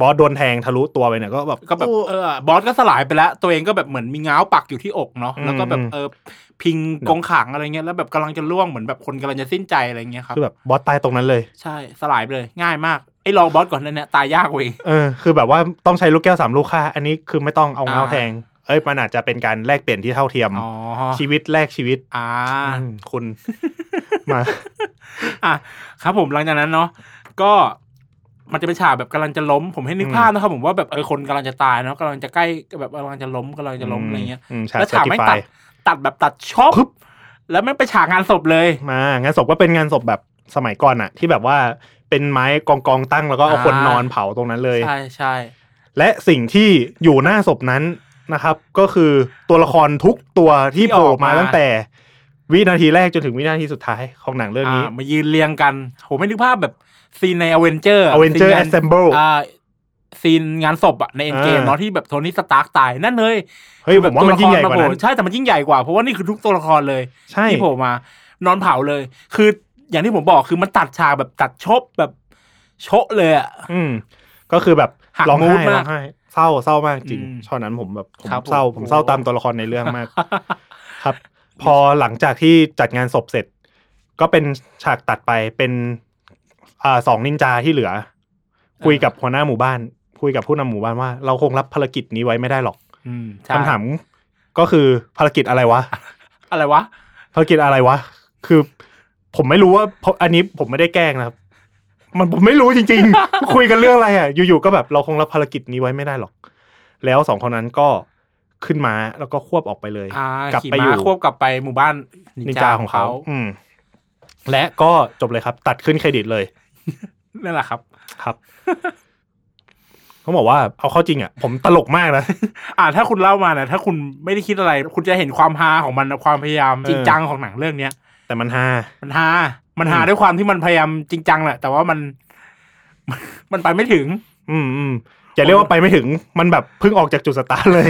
บอสโดนแทงทะลุตัวไปเนี่ยก็แบบ
ก็แบบเออบอสก็สลายไปแล้ว ตัวเองก็แบบเหมือนมีง้าวปักอยู่ที่อกเนาะ แล้วก็แบบ
อืม
เออพิงกงขังอะไรเงี้ย แล้วแบบกำลังจะล่วงเหมือนแบบคนกำลังจะสิ้นใจอะไรเงี้ยครับ
คือแบบบอสตายตรงนั้นเลย
ใช่ สลายไปเลย ง่ายมาก ไอ้ลองบอสก่อนนั่นเนี่ยตายยากเว้ย
เออ คือแบบว่าต้องใช้ลูกแก้วสามลูกค่า อันนี้คือไม่ต้องเอาเงา
อ่า
แทง เอ้ย มันอาจจะเป็นการแลกเปลี่ยนที่เท่าเทียม
อ๋อ
ชีวิตแลกชีวิต
อ่า
อืมคุณ มา
อ่ะครับผมหลังจากนั้นเนาะก็มันจะเป็นฉากแบบกำลังจะล้ม ผมให้นึกภาพนะครับผมว่าแบบเออคนกำลังจะตายเนาะกำลังจะใกล้แบบกำลังจะล้มกำลังจะล้มอะไรเงี้ย
ม
แล้วฉากไม่งตั
ส
ด
ติฟ
ตัดแบบตัดช็อปแล้วไม่งไปฉากงานศพเลย
ยมางานศพก็เป็นงานศพแบบสมัยก่อนอะที่แบบว่าเป็นไม้กองกองๆตั้งแล้วก็เอา
อ่า
คนนอนเผาตรงนั้นเลย
ใช่ใช่
และสิ่งที่อยู่หน้าศพนั้นนะครับ ก็คือตัวละครทุกตัวที่โผล่มาตั้งแต่ วินาทีแรกจนถึงวินาทีสุดท้ายของหนังเรื่องนี้
อ่ามายืนเรียงกันผมไม่นึกภาพแบบซีนในอเวนเจอร์
Avenger Assemble
อ่าซีนงานศพอะในเอ็นเกม
อ่า
เนาะที่แบบโทนี่สตาร์กตายนั่นเลย
เฮ้ยผมว่ามันยิ่งใหญ่
ตัว
กว่า
ละคร
นั้น
มโผล่ใช่แต่มันยิ่งใหญ่กว่าเพราะว่านี่คือทุกตัวละครเลย
ใช่
ที่โผล่มานอนเผาเลย คืออย่างที่ผมบอกคือมันตัดฉากแบบตัดชบแบบโชะเลย
[laughs]
อะ
อืมก็คือแบบ
หัก
ร้อง
มู
ไห้
ดมาก
ร้องไห้เศร้าเศร้ามากจริง
อืม
ช่อนั้นผมแบบผม
ครับผม
เศร้าผมเศร้า
โอ้
ตามตัวละครในเรื่องมาก ครับ พอหลังจากที่จัดงานศพเสร็จ ก็เป็นฉากตัดไปเป็นอ่าสองนินจาที่เหลือ คุยกับหัวหน้าหมู่บ้าน คุยกับผู้นำหมู่บ้านว่า เราคงรับภารกิจนี้ไว้ไม่ได้หรอก
อืม
คำถามก็คือภารกิจอะไรวะ
อะไรวะ
ภารกิจอะไรวะ คือผมไม่รู้ว่าเพราะอันนี้ผมไม่ได้แกล้งนะครับ มันผมไม่รู้จริง ๆ คุยกันเรื่องอะไรอ่ะ อยู่ๆก็แบบเราคงรับภารกิจนี้ไว้ไม่ได้หรอก แล้วสองคนนั้นก็ขึ้นมาแล้วก็ควบออกไปเลย
อ่าก
ลับ
ขี่
ไป
ม้า
อยู่
ควบกลับไปหมู่บ้าน
นินจาของเขา อืม และก็จบเลยครับ ตัดขึ้นเครดิตเลย
นั่นแหละครับ
ครับ
[laughs]
เขาบอกว่าเอาเข้าจริงอ่ะ ผมตลกมากนะ
อ่าถ้าคุณเล่ามานะถ้าคุณไม่ได้คิดอะไร คุณจะเห็นความฮาของมันนะความพยายามจริงจังของหนังเรื่องเนี้ย
แต่มันฮา
มันหา มันหา
อืม
ด้วยความที่มันพยายามจริงจังแหละ แต่ว่ามัน [laughs] มันมันไปไม่ถึง
อืมอืมอย่าเรียกว่าไปไม่ถึงมันแบบเพิ่งออกจากจุดสตาร์ท
[laughs]
เลย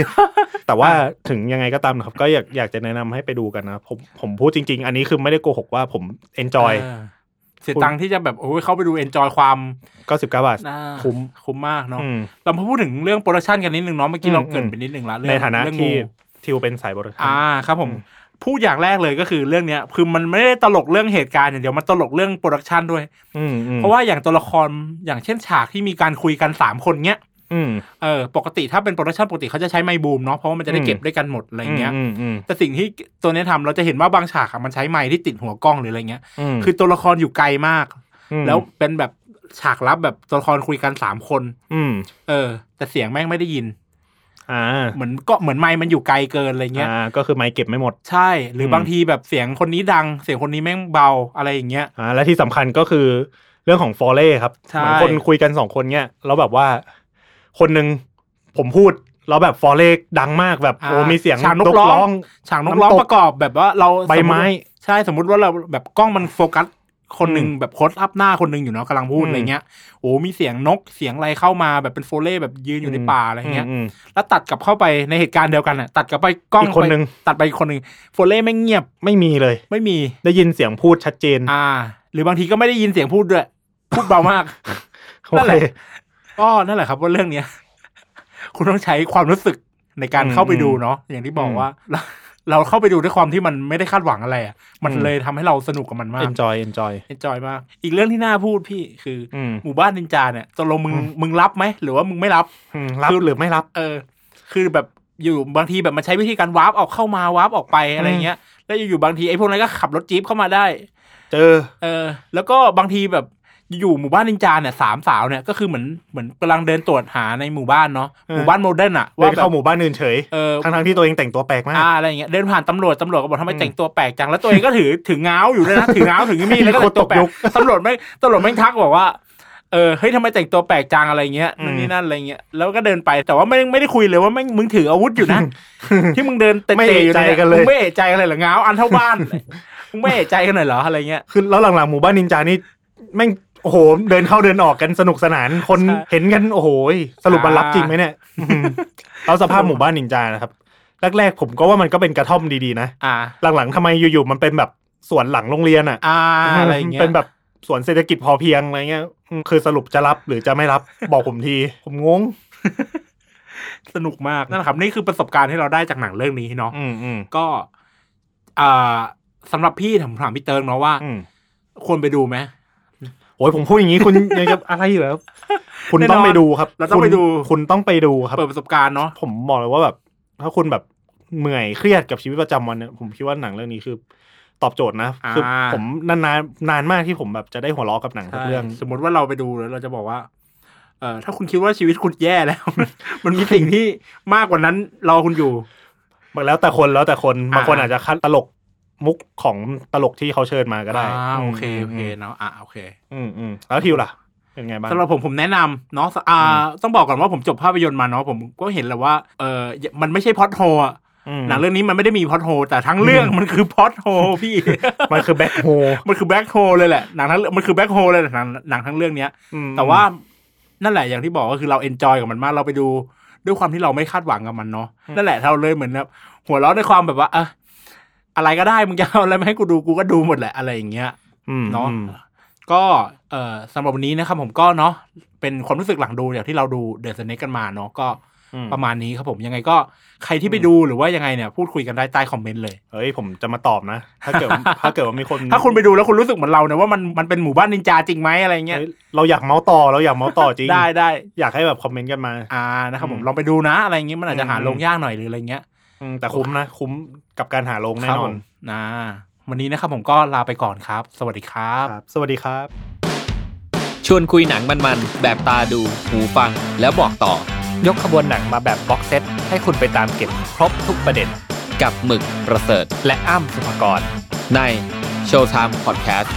แต่ว่าถึงยังไงก็ตามนะครับ ก็อยากอยากจะแนะนำให้ไปดูกันนะครับผมผมพูดจริง ๆ อันนี้คือไม่ได้โกหกว่าผมเอนจอย
เเสียตังค์ที่จะแบบโอ้ยเข้าไปดูเอนจอยความ
ก็สิบเก้าบาท
น่า
คุ้ม
คุ้มมากเนาะ
อืม
เรามาพูดถึงเรื่องโปรดักชันกันนิดนึงเนาะเมื่อกี้
อืม
เราเกรินไปนิดนึงละเรื่อง
ในฐานะ
เรื่อง
ที่
งู
ทิวเป็นสายบริการ
อ่าครับผม
อืม
พูดอย่างแรกเลยก็คือเรื่องเนี้ยคือมันไม่ได้ตลกเรื่องเหตุการณ์อย่างเดียวมันตลกเรื่องโปรดักชันด้วย
อืมอืม
เพราะว่าอย่างตัวละครอย่างเช่นฉากที่มีการคุยกันสามคนเนี้ย
อืม
เออปกติถ้าเป็นโปรดักชันปกติเขาจะใช้ไมค์บูมเนาะเพราะว่ามันจะได้
อืม
เก็บด้วยกันหมดอะไรเงี้ย
อืมอืม
แต่สิ่งที่ตัวเนี้ยทำเราจะเห็นว่าบางฉากอะมันใช้ไมค์ที่ติดหัวกล้องหรืออะไรเงี้ย
อืม
คือตัวละครอยู่ไกลมาก
ม
แล้วเป็นแบบฉากลับแบบตัวละครคุยกันสามคน
อืม
เออ แต่เสียงแม่งไม่ได้ยิน
อ่า
เหมือนก็เหมือนไมค์มันอยู่ไกลเกินอะไรเงี้ย
อ่าก็คือไมค์เก็บไม่หมด
ใช่ หรืออ
ม
บางทีแบบเสียงคนนี้ดัง เสียงคนนี้แม่งเบาอะไรอย่างเงี้ย
อ่าและที่สำคัญก็คือเรื่องของฟอเล่ครับ
ใช่
เหมือนคนคุยกันสองคนเนี่ยแล้วแบบว่า คนหนึ่งผมพูดแล้วแบบฟอเล่ดังมากแบบโอ้มีเสียง
ฉากน
น
ก
ก
ร้
ร้
อ
อง ง
ฉากนกร้อง
น้ำตก
ประกอบแบบว่าเรา
ใบไม้
สติใช่สมมติว่าเราแบบกล้องมันโฟกัสคนหนึ่ง
อืม
แบบโคดอัพหน้าคนหนึ่งอยู่เนาะกำลังพูด
อืม
อะไรเงี้ยโอ้มีเสียงนกเสียงอะไรเข้ามาแบบเป็นโฟเล่แบบยืนอยู่ในป่าอะไรเงี้ย
มม
แล้วตัดกลับเข้าไปในเหตุการณ์เดียวกันน่ะ ตัดกลับไปกล้อง
อีกคน
ไป
นึง
ตัดไปอีกคนหนึ่งโฟเล่ไม่งเงียบ
ไม่มีเลย
ไม่มี
ได้ยินเสียงพูดชัดเจน
อ่า หรือบางทีก็ไม่ได้ยินเสียงพูดด้วย พูดเบามาก [laughs]
โอ
นั่น
เค
แหละ ก็นั่นแหละครับว่าเรื่องเนี้ย [laughs] คุณต้องใช้ความรู้สึกในการ
อืม
เข้าไปดูเนาะอย่างที่บอก
อืม
ว่า [laughs] เราเราเข้าไปดูด้วยความที่มันไม่ได้คาดหวังอะไรอะมัน
อืม
เลยทำให้เราสนุกกับมันมาก
enjoy enjoy
เอนจอยมากอีกเรื่องที่น่าพูดพี่คืออ
อืม
หมู่บ้านนินจาเนี่ยตกลงมึง
อืม
มึงรับไหมหรือว่ามึงไม่รับ
อืมรับหรือไม่รับ
เออ คือแบบอยู่บางทีแบบมันใช้วิธีการวาร์ปออกเข้ามาวาร์ปออกไปอะไรเงี้ย แล้วอยู่ๆบางทีไอ้พวกนั้นก็ขับรถจี๊ปเข้ามาได้
เจอ
เออ แล้วก็บางทีแบบอยู่หมู่บ้านนินจาเนี่ยสามสาวเนี่ยก็คือเหมือนเหมือนกำลังเดินตรวจหาในหมู่บ้านเนาะ
เออ
หมู่บ้านโมเดิร์นอะ
เดิ
ว่าน แบบ
เข้าหมู่บ้านอื่นเฉย
เออ
ทั้งทั้งๆที่ตัวเองแต่งตัวแปลกมาก
อ่าอะไรเงี้ยเดินผ่านตำรวจตำรวจก็บอกทำไม
อืม
แต่งตัวแปลกจังแล้วตัวเองก็ถือถือง้าวอยู่ด้วยนะถือง้าวถือมีดแล้
[laughs]
วก็แต่งตัวแปล
คนตกยุ
ก
ค
ตำรวจไม่ตำรวจไม่งทักบอกว่าเออเฮ้ยทำไมแต่งตัวแปลกจังอะไรเงี้ยนู่นนี่นั่นอะไรเงี้ยแล้วก็เดินไปแต่ว่าไม่ไม่ได้คุยเลยว่าแม่งมึงถืออาวุธอยู่นะ
[laughs]
ที่มึงเดินเตะ
ไม่
ๆ
เอะ
อยู่
ใจกันเลย
มึงไม่เอะใจกันเลยเหรอง้าวอันเท่าบ้าน มึงไม่เอะใจกันหน่อยเหรออะไรเงี้ย
คือแล้วหลังๆหมู่บ้านนินจานี่แม่งโอ้โห เดินเข้าเดินออกกันสนุกสนานคน
ใช่
เห็นกันโอ้โหยสรุปมัน
อ่า
รับจริงไหมเนี่ยเราสภาพหมู่บ้านนินจานะครับแรกๆผมก็ว่ามันก็เป็นกระท่อมดีๆนะ
อ่า
หลังๆทำไมอยู่ๆมันเป็นแบบสวนหลังโรงเรียนอ่ะ
อ่าอะไรเงี้ย
เป็นแบบสวนเศรษฐกิจพอเพียงอะไรเงี้ยอืมคือสรุปจะรับหรือจะไม่รับ บอกผมที ผมงง
สนุกมากนั่นแหละครับนี่คือประสบการณ์ที่เราได้จากหนังเรื่องนี้เนาะ
อืมอืม
ก็อ่าสำหรับพี่ผมถามพี่เติร์กเนาะว่า
อืม
ควรไปดูไหม
โอ้ยผมพูดอย่างนี้คุณยังจะอะไรอยู่แล้ว คุณ
แน่นอน
ต้องไปดูครับ
เราต้องไปดู
คุณคุณต้องไปดูครับ
เปิดประสบการณ์เนาะ
ผมบอกเลยว่าแบบ ถ้าคุณแบบเหนื่อยเครียดกับชีวิตประจำวันเนี่ยผมคิดว่าหนังเรื่องนี้คือ ตอบโจทย์นะ
า
คืผมนานๆนานมากที่ผมแบบจะได้หัวเราะกับหนังสักเรื่อง
สมมติว่าเราไปดูแล้วเราจะบอกว่าเออถ้าคุณคิดว่าชีวิตคุณแย่แล้ว [laughs] มันมีสิ่งที่มากกว่านั้นรอคุณอยู่
มันแล้วแต่คนแล้วแต่คน
อ่า
บางคนอาจจะคัดตลกมุกของตลกที่เขาเชิญมาก็ได้
อ่าโอเคโอเคเนาะอ่าโอเค
อืมอืมแล้วทิวล่ะ เป็นไงบ้าง
สำหรับผมผมแนะนำเนาะสอ่า
อืม
ต้องบอกก่อนว่าผมจบภาพยนตร์มาเนาะผมก็เห็นแหล้วว่าเออมันไม่ใช่พล็อดโฮลอะ
อืม
หนังเรื่องนี้มันไม่ได้มีพล็อดโฮลแต่ทั้งเรื่องมันคือพล็อดโฮลพี่
มันคือแบ็คโฮ
มันคือแบล็คโฮลเลยแหละหนังทั้งมันคือแบล็คโฮลเลยแหละหนังหนังทั้งเรื่องเนี้ย แต่ว่านั่นแหละอย่างที่บอกก็คือเราเอนจอยกับมันมากเราไปดูด้วยความที่เราไม่คาดหวังกับมันเนาะนั่นแหละเราเลยเหมือนแบบหัวเราะด้วยความแบบว่าเอออะไรก็ได้มึงจะเอาอะไรมาให้กูดูกูก็ดูหมดแหละอะไรอย่างเงี้ย เนาะ
เนาะ
ก็เอ่อสำหรับวันนี้นะครับผมก็เนาะเป็นความรู้สึกหลังดูอย่างที่เราดูเด e s สเน e กันมาเนาะก็ประมาณนี้ครับผมยังไงก็ใครที่ไปดูหรือว่ายังไงเนี่ยพูดคุยกันได้ใต้คอมเมนต์เลย
เฮ้ยผมจะมาตอบนะ ถ้าเกิด
[laughs]
ถ้าเกิดว่ามีคน
ถ้าคุณไปดูแล้วคุณรู้สึกเหมือนเราเนี่ยว่ามันมันเป็นหมู่บ้านนินจาจริงไหมอะไรเงี้ย
เฮ้ยเราอยากเมาส์ต่อเราอยากเมาส์ต่อจริง
ได้ได้
อยากให้แบบคอมเมนต์กันมา
อ่านะครับผม
อืม
ลองไปดูนะ อะไรเงี้ยมันอาจจะหา
อืม
ลงยากหน่อยหรืออะไรเงี้ย
อืมแต่คุ้มนะ คุ้มกับการหาโรงแน่
ค
นอ
รับผ
น
มนะวันนี้นะครับผมก็ลาไปก่อนครับ สวัสดีครับ
ครับ สวัสดีครับ
ชวนคุยหนังมันๆ แบบตาดู หูฟัง แล้วบอกต่อ
ยกขบวนหนังมาแบบบ็อกเซตให้คุณไปตามเก็บครบทุกประเด็น
กับหมึกประเสริฐ
และอ้ำสุภกร
ใน Showtime Podcast